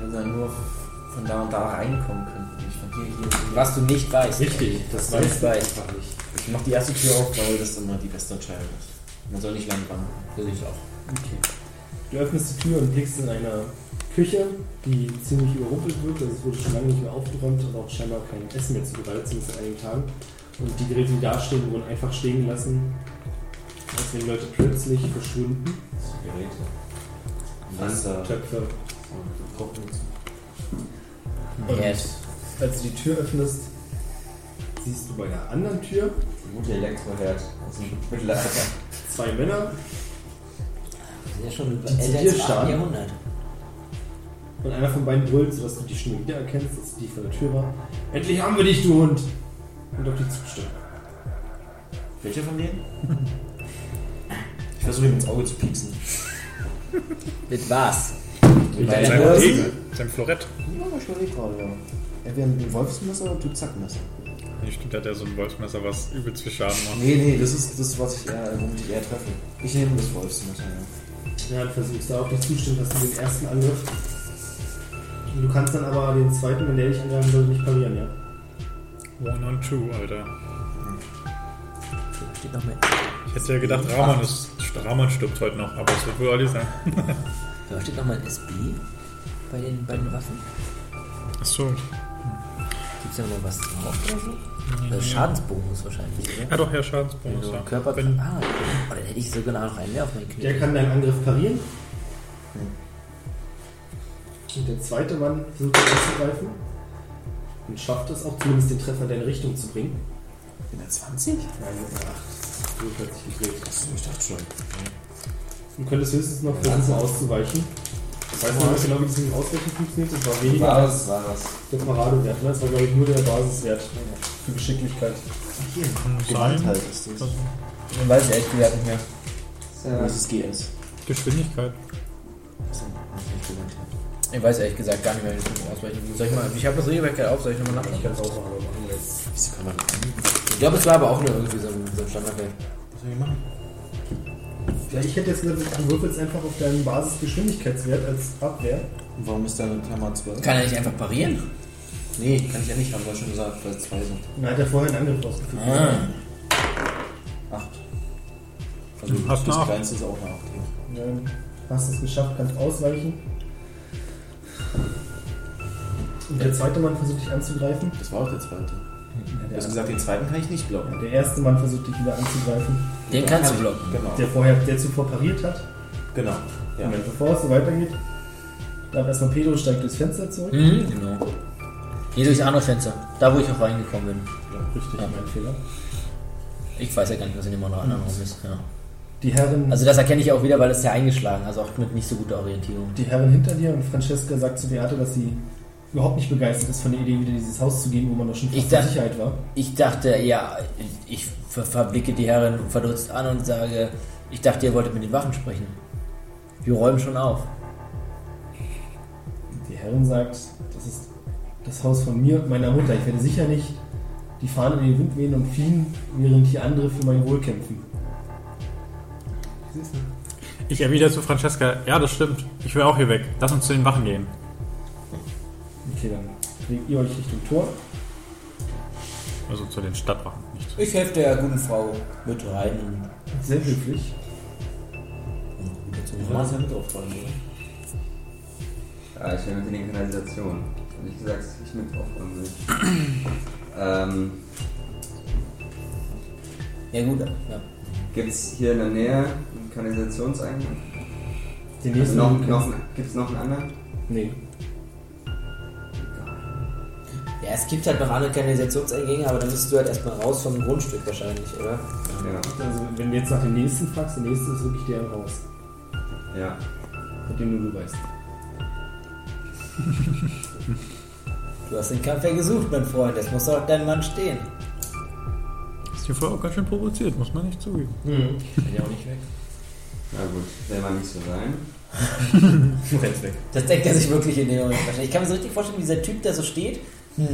Weil wir dann nur von da und da reinkommen können. Ich von hier, hier, hier.
Was du nicht weißt.
Richtig, das
Was du
weiß
nicht
ich
weißt.
einfach nicht. Ich mach die erste Tür auf, weil das immer die beste Entscheidung ist. Man soll nicht lang dran.
Das ist auch.
Du öffnest die Tür und blickst in einer Küche, die ziemlich überrumpelt wird. Also es wurde schon lange nicht mehr aufgeräumt und auch scheinbar kein Essen mehr zubereitet, zumindest an einigen Tagen. Und die Geräte, die da stehen, wurden einfach stehen gelassen. Als wären Leute plötzlich verschwunden.
Geräte. Wasser.
Töpfe.
Kochen.
Und
Yes.
als du die Tür öffnest, siehst du bei der anderen Tür
Guter Elektroherd aus dem Mittelalter.
zwei Männer
Das ist ja schon über
Die zu
älter
dir
als das
starren.
8. Jahrhundert.
Und einer von beiden brüllt, sodass du die Stimme wiedererkennst, dass die von der Tür war. Endlich haben wir dich, du Hund! Und auf die zustimmt.
Welcher von denen? ich versuche ihm ins Auge zu pieksen.
Mit was?
Mit seinem
Wurst?
Degen, seinem Florett.
Ja, ich überlege gerade, ja. Entweder mit dem Wolfsmesser oder dem Zackmesser.
Nee, stimmt, der hat ja so ein Wolfsmesser, was übelst viel Schaden macht.
Nee, nee, das ist das, was ich eher, womit ich eher treffe. Ich nehme das Wolfsmesser, ja.
Ja, du versuchst darauf nicht zustimmen, dass du den ersten Angriff. Du kannst dann aber den zweiten, wenn der dich angreifen soll, nicht parieren, ja.
One on two, Alter.
Steht noch mehr.
Ich hätte ja gedacht, Rahman, ist, Rahman stirbt heute noch, aber es wird wohl Ali sein.
Da steht nochmal ein SB bei den, bei den Waffen.
Achso.
Gibt's da noch was drauf oder so? Äh, Schadensbonus wahrscheinlich, oder?
Ja, doch, Herr Schadensbonus.
So,
Ja.
Körper.
Wenn-
Ah, oh, dann hätte ich sogar noch einen mehr auf meinen Knie.
Der kann deinen Angriff parieren. Hm. Und der zweite Mann versucht dich anzugreifen. Und schafft es auch zumindest den Treffer in deine Richtung zu bringen.
Bin der 20?
Nein, mit einer 8. Du hast dich gedreht.
Achso, ich dachte schon.
Du könntest höchstens noch versuchen auszuweichen. Ich weiß noch nicht genau, wie das mit dem Ausweichen funktioniert. Das war weniger als
Was war das?
der Paradewert. Ne? Das war, glaube ich, nur der Basiswert für Geschicklichkeit.
Hier,
sein.
Gewandtheit ist das.
Also,
Dann weiß ich ehrlich gesagt nicht mehr.
Das ist GS.
Geschwindigkeit.
Das ist nicht Gewandtheit.
Ich weiß ehrlich gesagt gar nicht mehr, wie ich das ausweichen soll. Ich, mal, ich habe das Regelwerk gerade auf, soll ich nochmal nachschauen?
Ganz auch aber machen wir jetzt.
Wieso kann man
Ich glaube, es war aber auch nur irgendwie so ein, so ein Standardwerk.
Vielleicht ich hätte jetzt gesagt, du würfelst einfach auf deinen Basisgeschwindigkeitswert als Abwehr.
Und warum ist da eine Klammer 12?
Kann er nicht einfach parieren?
Nee, kann ich ja nicht, haben wir schon gesagt, weil es 2 sind.
Und er hat ja vorher einen Angriff ausgeführt.
Ah.
8. Also
Hast
das
eine Acht.
kleinste ist auch eine 8. Ja.
Nein, hast es geschafft, kannst ausweichen. Und der zweite Mann versucht dich anzugreifen.
Das war auch der zweite. Du
Der,
hast gesagt, den zweiten kann ich nicht
ja,
blocken.
der erste Mann versucht dich wieder anzugreifen,
Den kannst du blocken.
Genau.
der vorher, der zuvor pariert hat.
Genau. Ja.
Moment, bevor es so weitergeht, darf erstmal Pedro steigt durchs Fenster zurück.
Mhm, genau. Hier durchs andere Fenster. Da, wo ich auch reingekommen bin.
Richtig,
Ja.
mein Fehler.
Ich weiß ja gar nicht, was in dem anderen Raum ist. Ja.
Die Herren,
Also das erkenne ich auch wieder, weil es ist ja eingeschlagen, also auch mit nicht so guter Orientierung.
die Herren hinter dir und Francesca sagt zu Beate, dass sie überhaupt nicht begeistert ist von der Idee, wieder in dieses Haus zu gehen, wo man doch schon
Ich
fast in
dachte-
Sicherheit war.
Ich dachte, ja, ich ver- verblicke die Herrin verdutzt an und sage, ich dachte, ihr wolltet mit den Wachen sprechen. Wir räumen schon auf.
Die Herrin sagt, das ist das Haus von mir und meiner Mutter. Ich werde sicher nicht die Fahne in den Wind wehen und fliehen, während hier andere für mein Wohl kämpfen.
Ich erwidere zu Francesca, ja, das stimmt. Ich will auch hier weg. Lass uns zu den Wachen gehen.
Okay, dann bewegt ihr euch Richtung Tor.
Also zu den Stadtwachen. Nicht zu
Ich helfe der guten Frau mit rein und
Sehr höflich.
Du machst ja mit aufräumen, oder?
Ah, ich bin mit in den Kanalisationen. Und ich gesagt, dass ich mit aufräumen will. ähm,
Ja gut, ja.
gibt's hier in der Nähe einen Kanalisationseingang?
Den
Also
nächsten
noch,
Mann-
noch, gibt's noch einen anderen?
Nee.
Ja, es gibt halt noch andere Kanalisationseingänge, aber dann müsstest du halt erstmal raus vom Grundstück wahrscheinlich, oder?
Ja.
Also, wenn du jetzt nach dem nächsten fragst, der nächste ist wirklich der im Haus,
Ja.
mit dem du weißt.
Du hast den Kampf ja gesucht, mein Freund. Das muss doch dein Mann stehen.
Ist die Frau auch ganz schön provoziert, muss man nicht zugeben.
Mhm.
Na gut, will mal nicht so sein.
Du rennst weg.
Das denkt er sich wirklich in dem Moment. wahrscheinlich. Ich kann mir so richtig vorstellen, wie dieser Typ da so steht. Hm.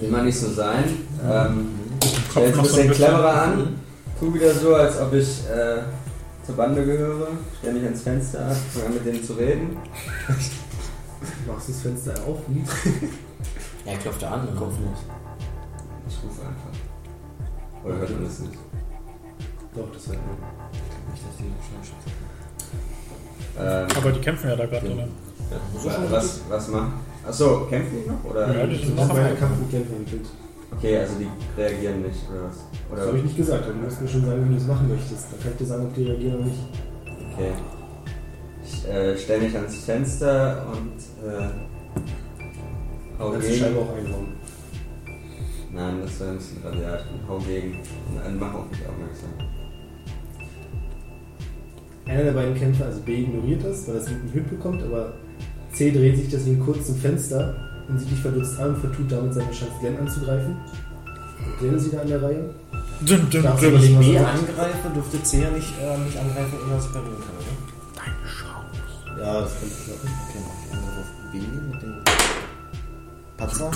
Will mal nicht so sein. Ähm,
Im
stell
Kopf
jetzt ein
noch so ein
bisschen
bisschen.
cleverer an. Tu wieder so, als ob ich äh, zur Bande gehöre. Stell mich ans Fenster, fang an mit denen zu reden.
Machst du das Fenster auf? Hm?
Ja, er klopft da an, kopflos.
Ich rufe einfach. Oder hört man das nicht?
Doch, das hört man.
Ähm,
Aber die kämpfen ja da gerade, oder?
wa- was, was machen? Achso, kämpfen die noch? Oder?
Ja, die sind
Das
noch
ist meine
am-
Kampfmodell entwickelt.
Okay, also die reagieren nicht, oder was?
Das habe
Oder?
ich nicht gesagt, aber du musst mir schon sagen, wie du es machen möchtest. Dann kann ich dir sagen, ob die reagieren oder nicht.
Okay. Ich äh, stelle mich ans Fenster und äh, hau
Kannst du die Scheibe
gegen.
auch einräumen.
Nein, das wäre ein bisschen radiat. Und hau gegen. Und äh, mach auf mich aufmerksam.
Einer der beiden Kämpfer, also B, ignoriert das, weil er es nicht mitbekommt, aber C dreht sich deswegen kurz zum Fenster und sieht dich verdutzt an und vertut damit seine Chance, Glenn anzugreifen. Und Glenn ist wieder an der Reihe.
Dün, dün,
Darfst du
dün.
überlegen, was
Wenn ich
er
B
macht.
um angreife, dürfte C ja nicht, äh, nicht angreifen, ohne dass ich parieren kann, oder? Ja, das könnte klappen. Okay, noch einen Angriff auf B mit dem Patzer.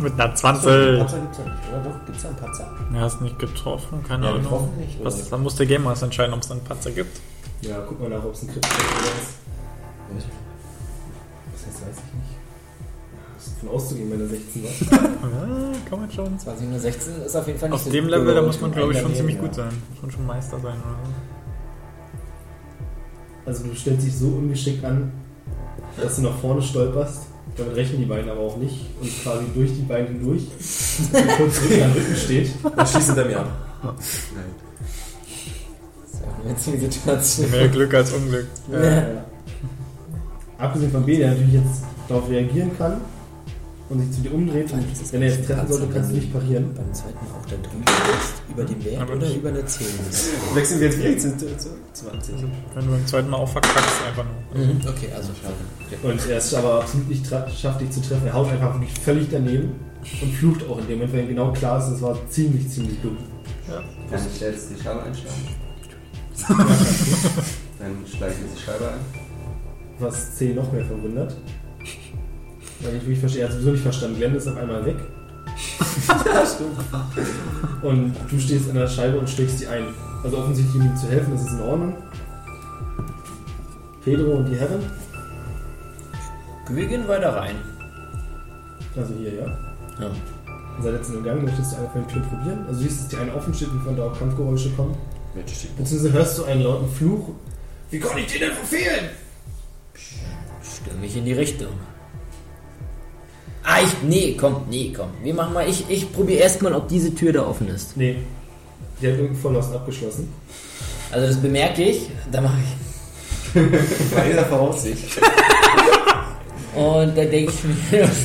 Mit einer
Sorry,
20.
Patzer gibt's ja nicht, oder? Doch, gibt's ja einen Patzer.
Er hast nicht getroffen, keine
Ja,
Ahnung.
getroffen nicht,
genau.
oder?
Was, dann muss der Game Master entscheiden, ob es einen Patzer gibt.
Ja, guck mal nach, ob es ein Crit ist oder ist. Das heißt, weiß ich nicht. Das ist von auszugehen, wenn er 16 war.
Ja, kann man schon.
2016 ist auf jeden Fall nicht
Auf
so
dem
gut
Level, da
geworden.
muss man, glaube ich, schon
Ja.
ziemlich gut sein. Muss man schon Meister sein oder so.
Also du stellst dich so ungeschickt an, dass du nach vorne stolperst. Damit rechnen die beiden aber auch nicht und quasi durch die Beine hindurch und kurz Rücken an Rücken steht.
Dann schießt hinter mir ab.
Das ist ja eine witzige Situation.
Mehr Glück als Unglück.
Äh, abgesehen von B, der natürlich jetzt darauf reagieren kann und sich zu dir umdreht. Und wenn er jetzt treffen sollte, kannst du nicht parieren.
Beim zweiten auch dann drüben bist, über dem Wert
Aber
oder
nicht.
über eine 10 bist.
Wechseln wir jetzt wieder zu, zu 20.
Wenn du beim zweiten Mal auch verkackst, einfach nur.
Okay, also
Und er ist aber absolut nicht tra- schafft, dich zu treffen. Er haut einfach wirklich völlig daneben und flucht auch in dem Moment, weil ihm genau klar ist, es war ziemlich, ziemlich dumm.
Kann ich jetzt die Scheibe einschlagen? Dann schlage ich jetzt die Scheibe ein.
was C noch mehr verwundert. Weil ich wirklich verstehe, er hat sowieso nicht verstanden. Glenn ist auf einmal weg. und du stehst an der Scheibe und schlägst die ein. Also offensichtlich, um ihm zu helfen, das ist in Ordnung. Pedro und die Herren,
Wir gehen weiter rein.
also hier, ja? Ja. Seid jetzt in dem Gang, möchtest du eine von den Türen probieren? Also siehst du, dass die eine offen steht und von da auch Kampfgeräusche kommen. Beziehungsweise hörst du einen lauten Fluch. Wie konnte ich dir denn verfehlen?
Stimme ich in die Richtung. Ah, ich. Nee, komm, nee, komm. Wir machen mal. Ich, ich probiere erstmal, ob diese Tür da offen ist.
Nee, die hat irgendeinen Volllast abgeschlossen.
Also, das bemerke ich. Da mache ich.
Bei dieser Voraussicht.
Und da denke ich mir.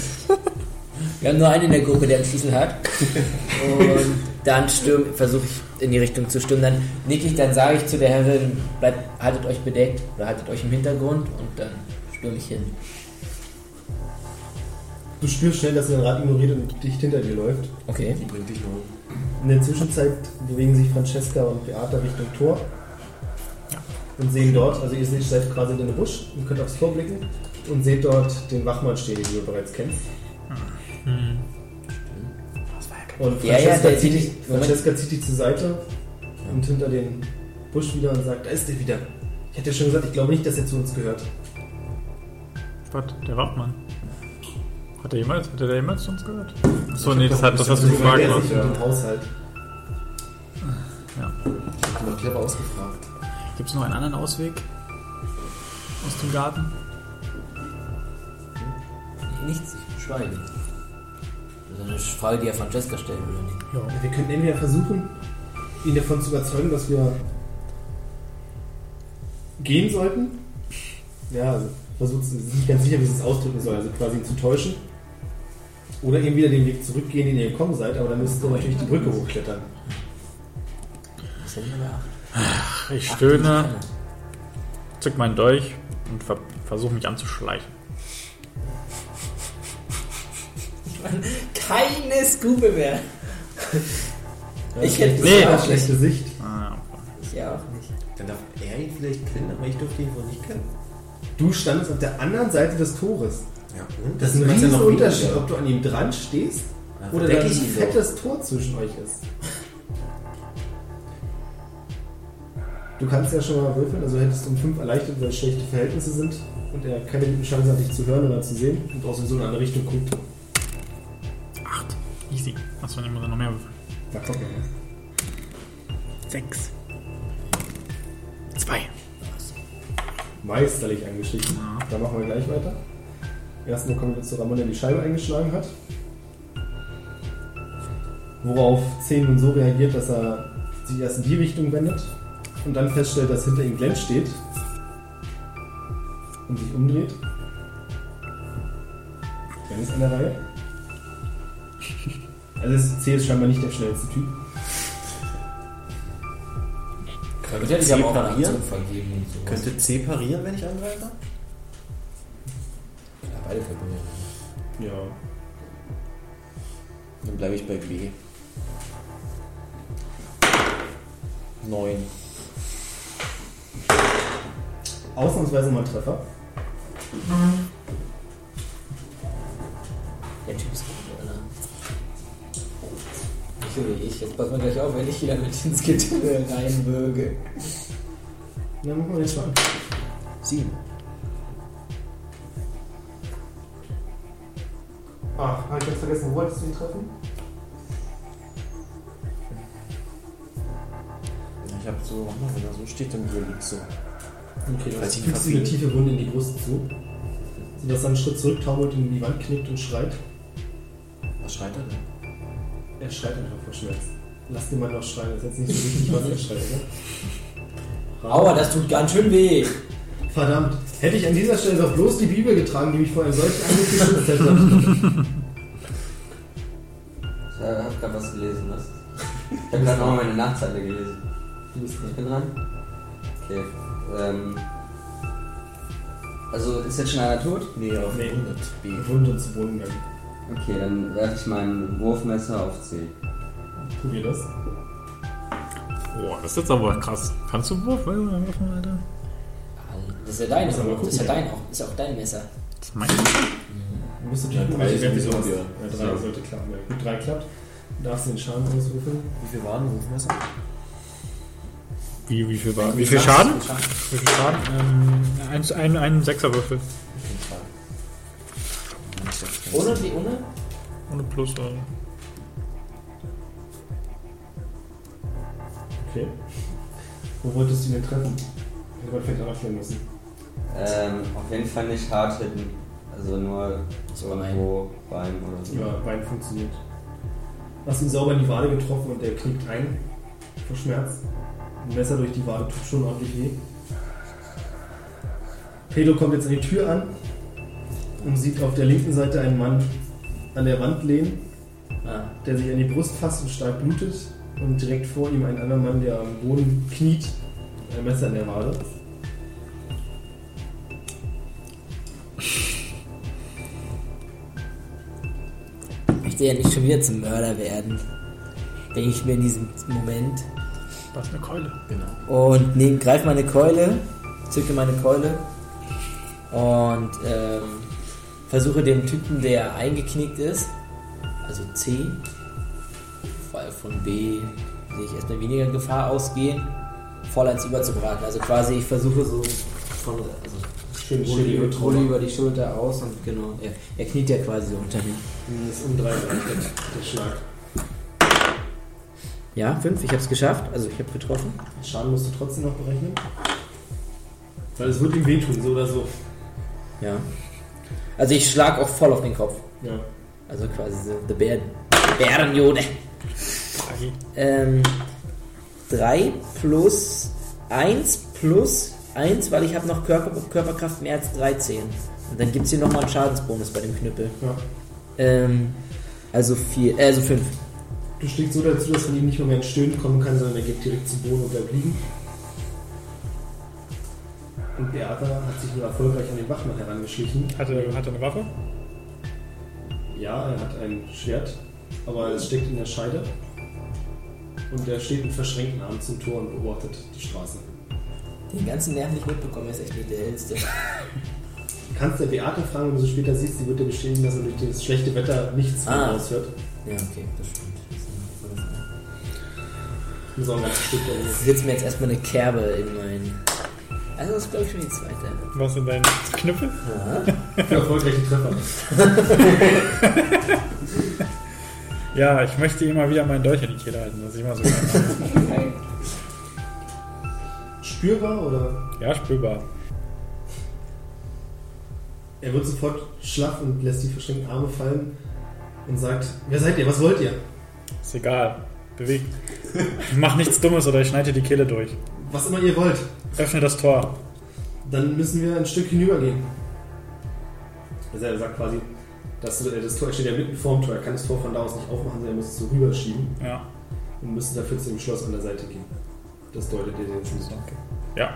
Wir haben nur einen in der Gruppe, der einen Schlüssel hat. Und dann stürm, versuche ich in die Richtung zu stürmen. Dann nick ich, dann sage ich zu der Herrin, bleibt, haltet euch bedeckt oder haltet euch im Hintergrund und dann stürme ich hin.
Du spürst schnell, dass er den Rad ignoriert und dicht hinter dir läuft.
Okay.
Die bringt dich nur um.
In der Zwischenzeit bewegen sich Francesca und Beata Richtung Tor und sehen dort, also ihr seht, seid quasi in den Busch und könnt aufs Tor blicken und seht dort den Wachmann stehen, den du bereits kennst.
Hm.
Und
Ja, ja,
Francesca,
der-
zieht,
die-
dich,
Moment.
Francesca zieht dich zur Seite und hinter den Busch wieder und sagt, da ist er wieder. Ich hätte ja schon gesagt, ich glaube nicht, dass er zu uns gehört.
Was? Der Wappmann. Hat er jemals, hat er da jemals sonst gehört? Achso, nee, das, hat, das hast du gefragt.
Er
was-
ist nicht mit dem Haushalt.
Ich bin noch clever ausgefragt.
Gibt es noch einen anderen Ausweg? Aus dem Garten?
Nichts, schweigen. Das ist eine Frage, die ja Francesca stellen würde. nicht?
Ja.
Wir könnten entweder versuchen, ihn davon zu überzeugen, dass wir gehen sollten. Ja, also versucht es nicht ganz sicher, wie sie es ausdrücken soll, also quasi ihn zu täuschen. Oder eben wieder den Weg zurückgehen, den ihr gekommen seid, aber dann müsst ihr natürlich die Brücke hochklettern.
Das hätte ich aber auch.
Ich stöhne, zück meinen Dolch und ver versuche mich anzuschleichen.
Keine Skube mehr. Ich
Schlechtes
hätte-
Nee.
Haar, schlechte Sicht.
Ah,
Ich ja auch nicht.
Dann darf er ihn vielleicht kennen, aber ich durfte ihn wohl nicht kennen.
Du standest auf der anderen Seite des Tores.
Ja, und?
Das ist ein
macht's ja
riesen
noch
Unterschied,
weniger.
ob du an ihm dran stehst
Dann
oder da
verdeck
ein
ich ihn doch.
fettes Tor zwischen euch ist. Du kannst ja schon mal würfeln, also hättest du um 5 erleichtert, weil es schlechte Verhältnisse sind und er keine guten Chancen hat, dich zu hören oder zu sehen und auch sowieso in eine andere Richtung guckt.
acht. Easy. Achso, ich muss ja noch mehr würfeln.
Da kommt noch was.
Sechs. Zwei.
Meisterlich angeschlichen. Da machen wir gleich weiter. Erstmal kommen wir zu Ramon, der die Scheibe eingeschlagen hat. Worauf 10 nun so reagiert, dass er sich erst in die Richtung wendet und dann feststellt, dass hinter ihm Glenn steht und sich umdreht. Glenn ist an der Reihe. Also ist- C ist scheinbar nicht der schnellste Typ.
Damit hätte ich aber auch einen Anzug vergeben und so.
Könnte C parieren, wenn ich angreife?
Ja, beide verbunden.
Ja.
Dann bleibe ich bei B. 9.
ausnahmsweise mal Treffer.
Der Typ ist gut, Alter. Ich oder ich, jetzt pass mal gleich auf, wenn ich wieder mit ins Getümmel reinwürge.
Dann machen wir den Schwan.
Sieben.
Ach, hab ich jetzt vergessen, wo wolltest du ihn treffen?
Ich hab so, oh, wenn er so steht, dann würde ich so.
Okay, dann
Weiß ich
fügst du
nicht,
eine tiefe Wunde in die Brust zu, sodass er einen Schritt zurücktaumelt, in die Wand knickt und schreit.
Was schreit er denn?
Er schreit einfach vor Schmerz. Lass den mal noch schreien, das ist jetzt nicht so wichtig, was er schreit, oder?
Aua, das tut ganz schön weh.
Verdammt, hätte ich an dieser Stelle doch bloß die Bibel getragen, die mich vor einem solchen Angriff geschützt hätte.
Ich hab grad was gelesen, was? Ich hab grad nochmal meine Nachzeile gelesen.
Du bist
Ich bin dran. Okay. Ähm, also ist jetzt schon einer tot?
Nee, auf
Nee.
100 B.
Wund und zu Boden gegangen.
Okay, dann werfe ich mein Wurfmesser auf C.
Probier das.
Boah, das ist jetzt aber krass. Kannst du Wurf? Alter?
Das ist ja dein,
Muss aber
das ist ja
gucken.
dein, auch, ist ja auch dein Messer.
Das ist mein Messer.
Du musst
Ja,
natürlich gucken,
drei
welche
sowieso,
Version hast.
ja.
Ja, drei
Ja.
sollte klappen. Wenn gut drei klappt, darfst du den Schaden auswürfeln.
Wie viel waren Rufmesser?
Wie, wie viel war? Wie viel Schaden? Wie viel Schaden? Ähm, ein, ein, ein Sechserwürfel.
Ohne wie ohne?
Ohne Plus. Also.
Okay. Wo wolltest du ihn denn treffen? Hätte man vielleicht anfangen müssen.
Ähm, auf jeden Fall nicht hart hitten. Also nur so irgendwo beim oder so.
Ja, Bein funktioniert. Hast ihn sauber in die Wade getroffen und der knickt ein. Vor Schmerz. Ein Messer durch die Wade tut schon ordentlich weh. Pedro kommt jetzt an die Tür an und sieht auf der linken Seite einen Mann an der Wand lehnen,
Ah.
der sich an die Brust fasst und stark blutet. Und direkt vor ihm einen anderen Mann, der am Boden kniet, ein Messer in der Wade.
Ich will ja nicht schon wieder zum Mörder werden. Denke ich mir in diesem Moment.
Das ist eine Keule.
Und nehm, greif meine Keule, zücke meine Keule und ähm, versuche dem Typen, der eingeknickt ist, also C, weil von B sehe ich erstmal weniger Gefahr ausgehen, vollends überzubraten. Also quasi ich versuche so von also
Schön,
hole die Kontrolle über die Schulter aus und genau, er, er kniet ja quasi so unter mir.
Das ist um drei der Schlag.
Ja, fünf, ich habe es geschafft, also ich habe getroffen.
Schaden musst du trotzdem noch berechnen. Weil es wird ihm wehtun, so oder so.
Ja. Also ich schlag auch voll auf den Kopf.
Ja.
Also quasi so The Bären. Bärenjude. Ähm, 3 plus 1 plus 1, weil ich habe noch Körper, Körperkraft mehr als 13. Und dann gibt es hier nochmal einen Schadensbonus bei dem Knüppel.
ja.
Ähm, also 4, äh, also 5.
Du schlägst so dazu, dass von ihm nicht mal mehr ein Stöhnen kommen kann, sondern er geht direkt zu Boden und bleibt liegen. Und Beata hat sich nur erfolgreich an den Wachmann herangeschlichen.
Hat er, hat er eine Waffe?
Ja, er hat ein Schwert, aber es steckt in der Scheide. Und er steht mit verschränkten Armen zum Tor und beobachtet die Straße.
Den ganzen Nerv nicht mitbekommen, ist echt nicht der hellste.
Du kannst der Beate fragen, wenn du sie später siehst, sie wird dir bestätigen, dass er durch das schlechte Wetter nichts mehr
Ah.
raushört.
Ja, okay, das stimmt.
So ein ganzes Stück da oben.
Ich sitzt mir jetzt erstmal eine Kerbe in meinen. Also, das ist glaube ich schon die zweite.
Was in deinen Knüppel?
Für erfolgreiche Treffer.
Ja, ich möchte immer wieder meinen Dolch in die Kehle halten. Das ist immer so.
Spürbar oder?
ja, spürbar.
Er wird sofort schlaff und lässt die verschränkten Arme fallen und sagt: Wer seid ihr? Was wollt ihr?
Ist egal. Bewegt. Mach nichts Dummes oder ich schneide dir die Kehle durch.
Was immer ihr wollt.
Öffne das Tor.
Dann müssen wir ein Stück hinübergehen. Also er sagt quasi, dass äh, das Tor er steht ja mitten vorm Tor. Er kann das Tor von da aus nicht aufmachen, sondern er muss es so rüberschieben
Ja.
und müssen dafür zu dem Schloss an der Seite gehen. Das deutet er den Schluss an.
Ja.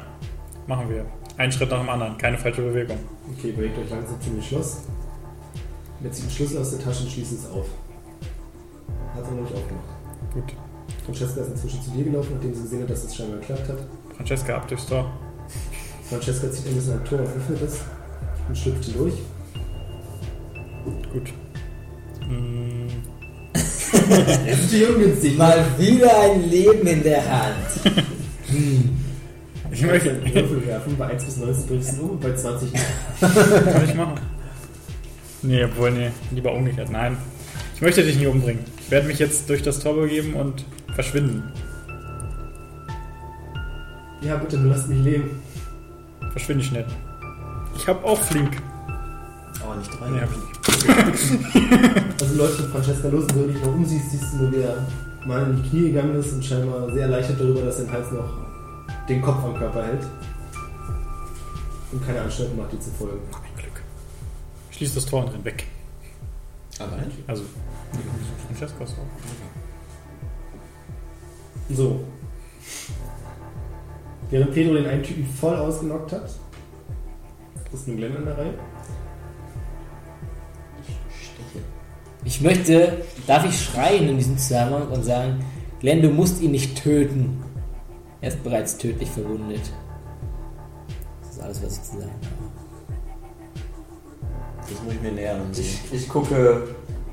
Machen wir. Einen Schritt nach dem anderen. Keine falsche Bewegung.
Okay, bewegt euch langsam zum Schloss. Jetzt zieht den Schlüssel aus der Tasche und schließt es auf. Hat er noch nicht aufgemacht.
Gut.
Francesca ist inzwischen zu dir gelaufen, nachdem sie gesehen hat, dass es scheinbar geklappt hat.
Francesca, ab durchs Tor.
Francesca zieht ein bisschen am Tor und öffnet es und schlüpft durch.
Gut. Mm,
Das ist natürlich ungünstig.
Mal wieder ein Leben in der Hand.
Ich möchte.
möchte einen Würfel werfen. Bei 1 bis 19 drückst du um und bei 20 nicht.
Kann ich machen. Nee, obwohl, nee. Lieber umgekehrt. Nein. Ich möchte dich nicht umbringen. Ich werde mich jetzt durch das Tor begeben und verschwinden.
Ja, bitte, nur lasst mich leben.
Verschwinde schnell. Ich habe auch Flink.
Aber nicht drei.
Nee, hab ich nicht.
Also läuft mit Francesca los und wenn du dich noch umsiehst, siehst du nur, wie er mal in die Knie gegangen ist und scheinbar sehr erleichtert darüber, dass sein Hals noch den Kopf am Körper hält. Und keine Anstalten macht, die zu folgen.
Ein Glück. Schließ das Tor und renn weg.
Allein?
Also, Francesco ist auch.
So. Während Pedro den einen Typen voll ausgenockt hat, ist nun Glenn an der Reihe.
Ich möchte, darf ich schreien in diesem Zusammenhang und sagen, Glenn, du musst ihn nicht töten. Er ist bereits tödlich verwundet. Das ist alles, was ich zu sagen habe.
Das muss ich mir näher ansehen.
Ich, ich gucke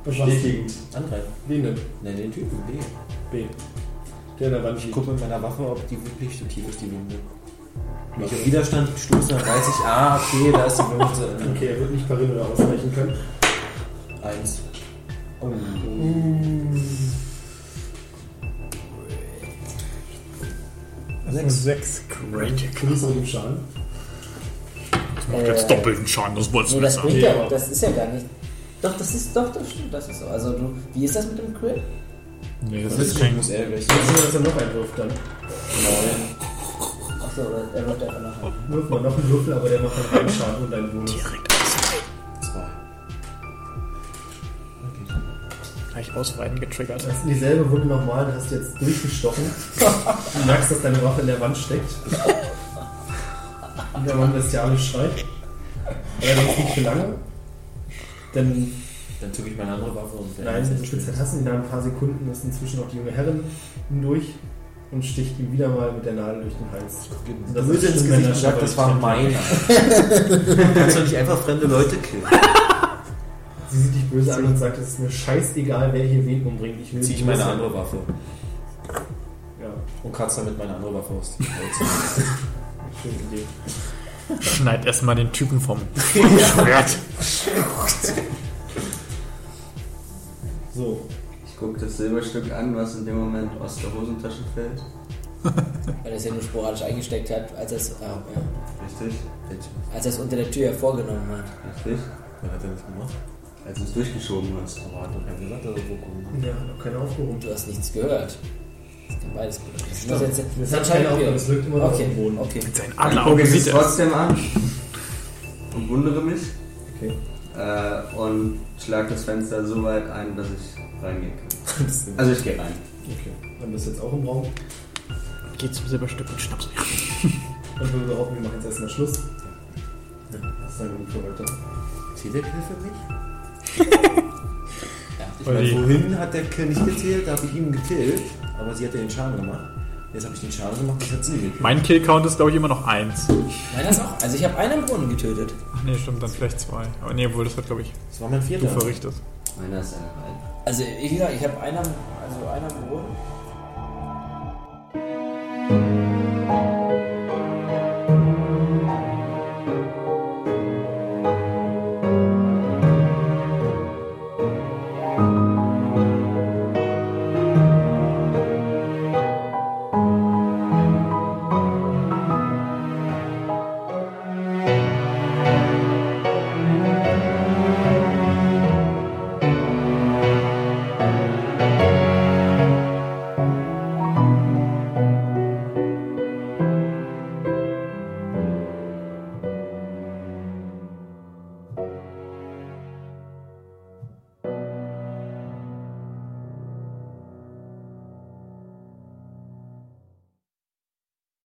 Was machst
bestätigend.
Angreifen.
du? Wen denn?
Nein, den Typen, B.
B. Der an der Wand
Ich
liegt.
gucke mit meiner Waffe, ob die wirklich so tief ist, die Wunde. Wenn ich auf Widerstand stoße, dann weiß ich, ah, okay, da ist die Wunde zu Ende.
Okay, er wird nicht parieren oder ausweichen können.
Eins. Oh.
Sechs. Sechs. Great.
Kriegst du den Schaden?
Das macht jetzt doppelten Schaden, das wolltest
Äh,
du
Nee, das
besser.
bringt
Ja,
ja,
aber-
das ist ja gar nicht. Doch, das ist, doch, das stimmt, das ist so. Also, du, wie ist das mit dem Crit?
Nee, das
Das
ist
ist
kein.
muss er gleich.
Jetzt ist er noch ein Wurf dann.
Neun.
Achso, er wird einfach nachher.
Wirf mal noch einen Würfel, aber der macht dann einen Schaden und einen Bonus.
Zwei.
Gleich ausweiten getriggert.
Du hast in dieselbe Wunde nochmal und hast jetzt durchgestochen. Du merkst, dass deine Waffe in der Wand steckt. Und der Mann bestialisch schreit. Allerdings nicht für lange. Denn
Dann zücke ich meine andere Waffe und
Nein, in Spitzzeit hast du ihn. Nach ein paar Sekunden ist inzwischen auch die junge Herrin hindurch und sticht ihm wieder mal mit der Nadel durch den Hals. Und
Das ist ins Gesicht gesagt, das war meiner. Kannst du nicht einfach fremde Leute killen?
Sie sieht dich böse an und sagt, es ist mir scheißegal, wer hier wen umbringt. Ich will
Ziehe ich
bloß-
meine andere Waffe
Ja,
und kratze damit meine andere Waffe aus dem Holz.
schöne Idee.
Schneid erstmal den Typen vom Schwert.
So,
Ich gucke das Silberstück an, was in dem Moment aus der Hosentasche fällt.
Weil er es ja nur sporadisch eingesteckt hat, als er es, ah, ja,
Richtig?
als er es unter der Tür hervorgenommen hat.
Richtig?
Was hat er das gemacht?
Als du es durchgeschoben hast.
Aber hat doch keiner gesagt, dass er so kommt.
ja, noch keine Aufruhr.
Und du hast nichts gehört. Das kann beides bedeuten. Das muss jetzt-
Das
dann
hat
schalten
keine
wir.
Aufruhr, das wirkt immer noch auf
Okay,
dem Boden.
okay.
Sein
Dann gucke
Adlerauge
ich
Ah, sieht
es
er.
trotzdem an und wundere mich
Okay.
äh, und schlag das Fenster so weit ein, dass ich reingehen kann. Also ich gehe rein.
Okay, dann bist du jetzt auch im Raum.
Geh zum Silberstück und schnapp's mir.
Und wir behaupten, wir machen jetzt erstmal Schluss. Das ist dann gut für heute.
Zählt der Kill für mich? Ich
Oder
meine,
die-
vorhin hat der Kill nicht gezählt, da habe ich ihm gekillt, aber sie hat ja den Schaden gemacht. Jetzt habe ich den Schaden gemacht, ich hat sie gekillt.
Mein Killcount ist, glaube ich, immer noch eins.
Nein, das auch. Also, ich habe einen am Brunnen getötet.
Ach nee, stimmt, dann vielleicht zwei. Aber nee, wohl, das hat, glaube ich,
Das war mein
du
vierter.
verrichtet.
Meiner ist rein.
Also, wie gesagt, ich habe einen am, also einen am Brunnen.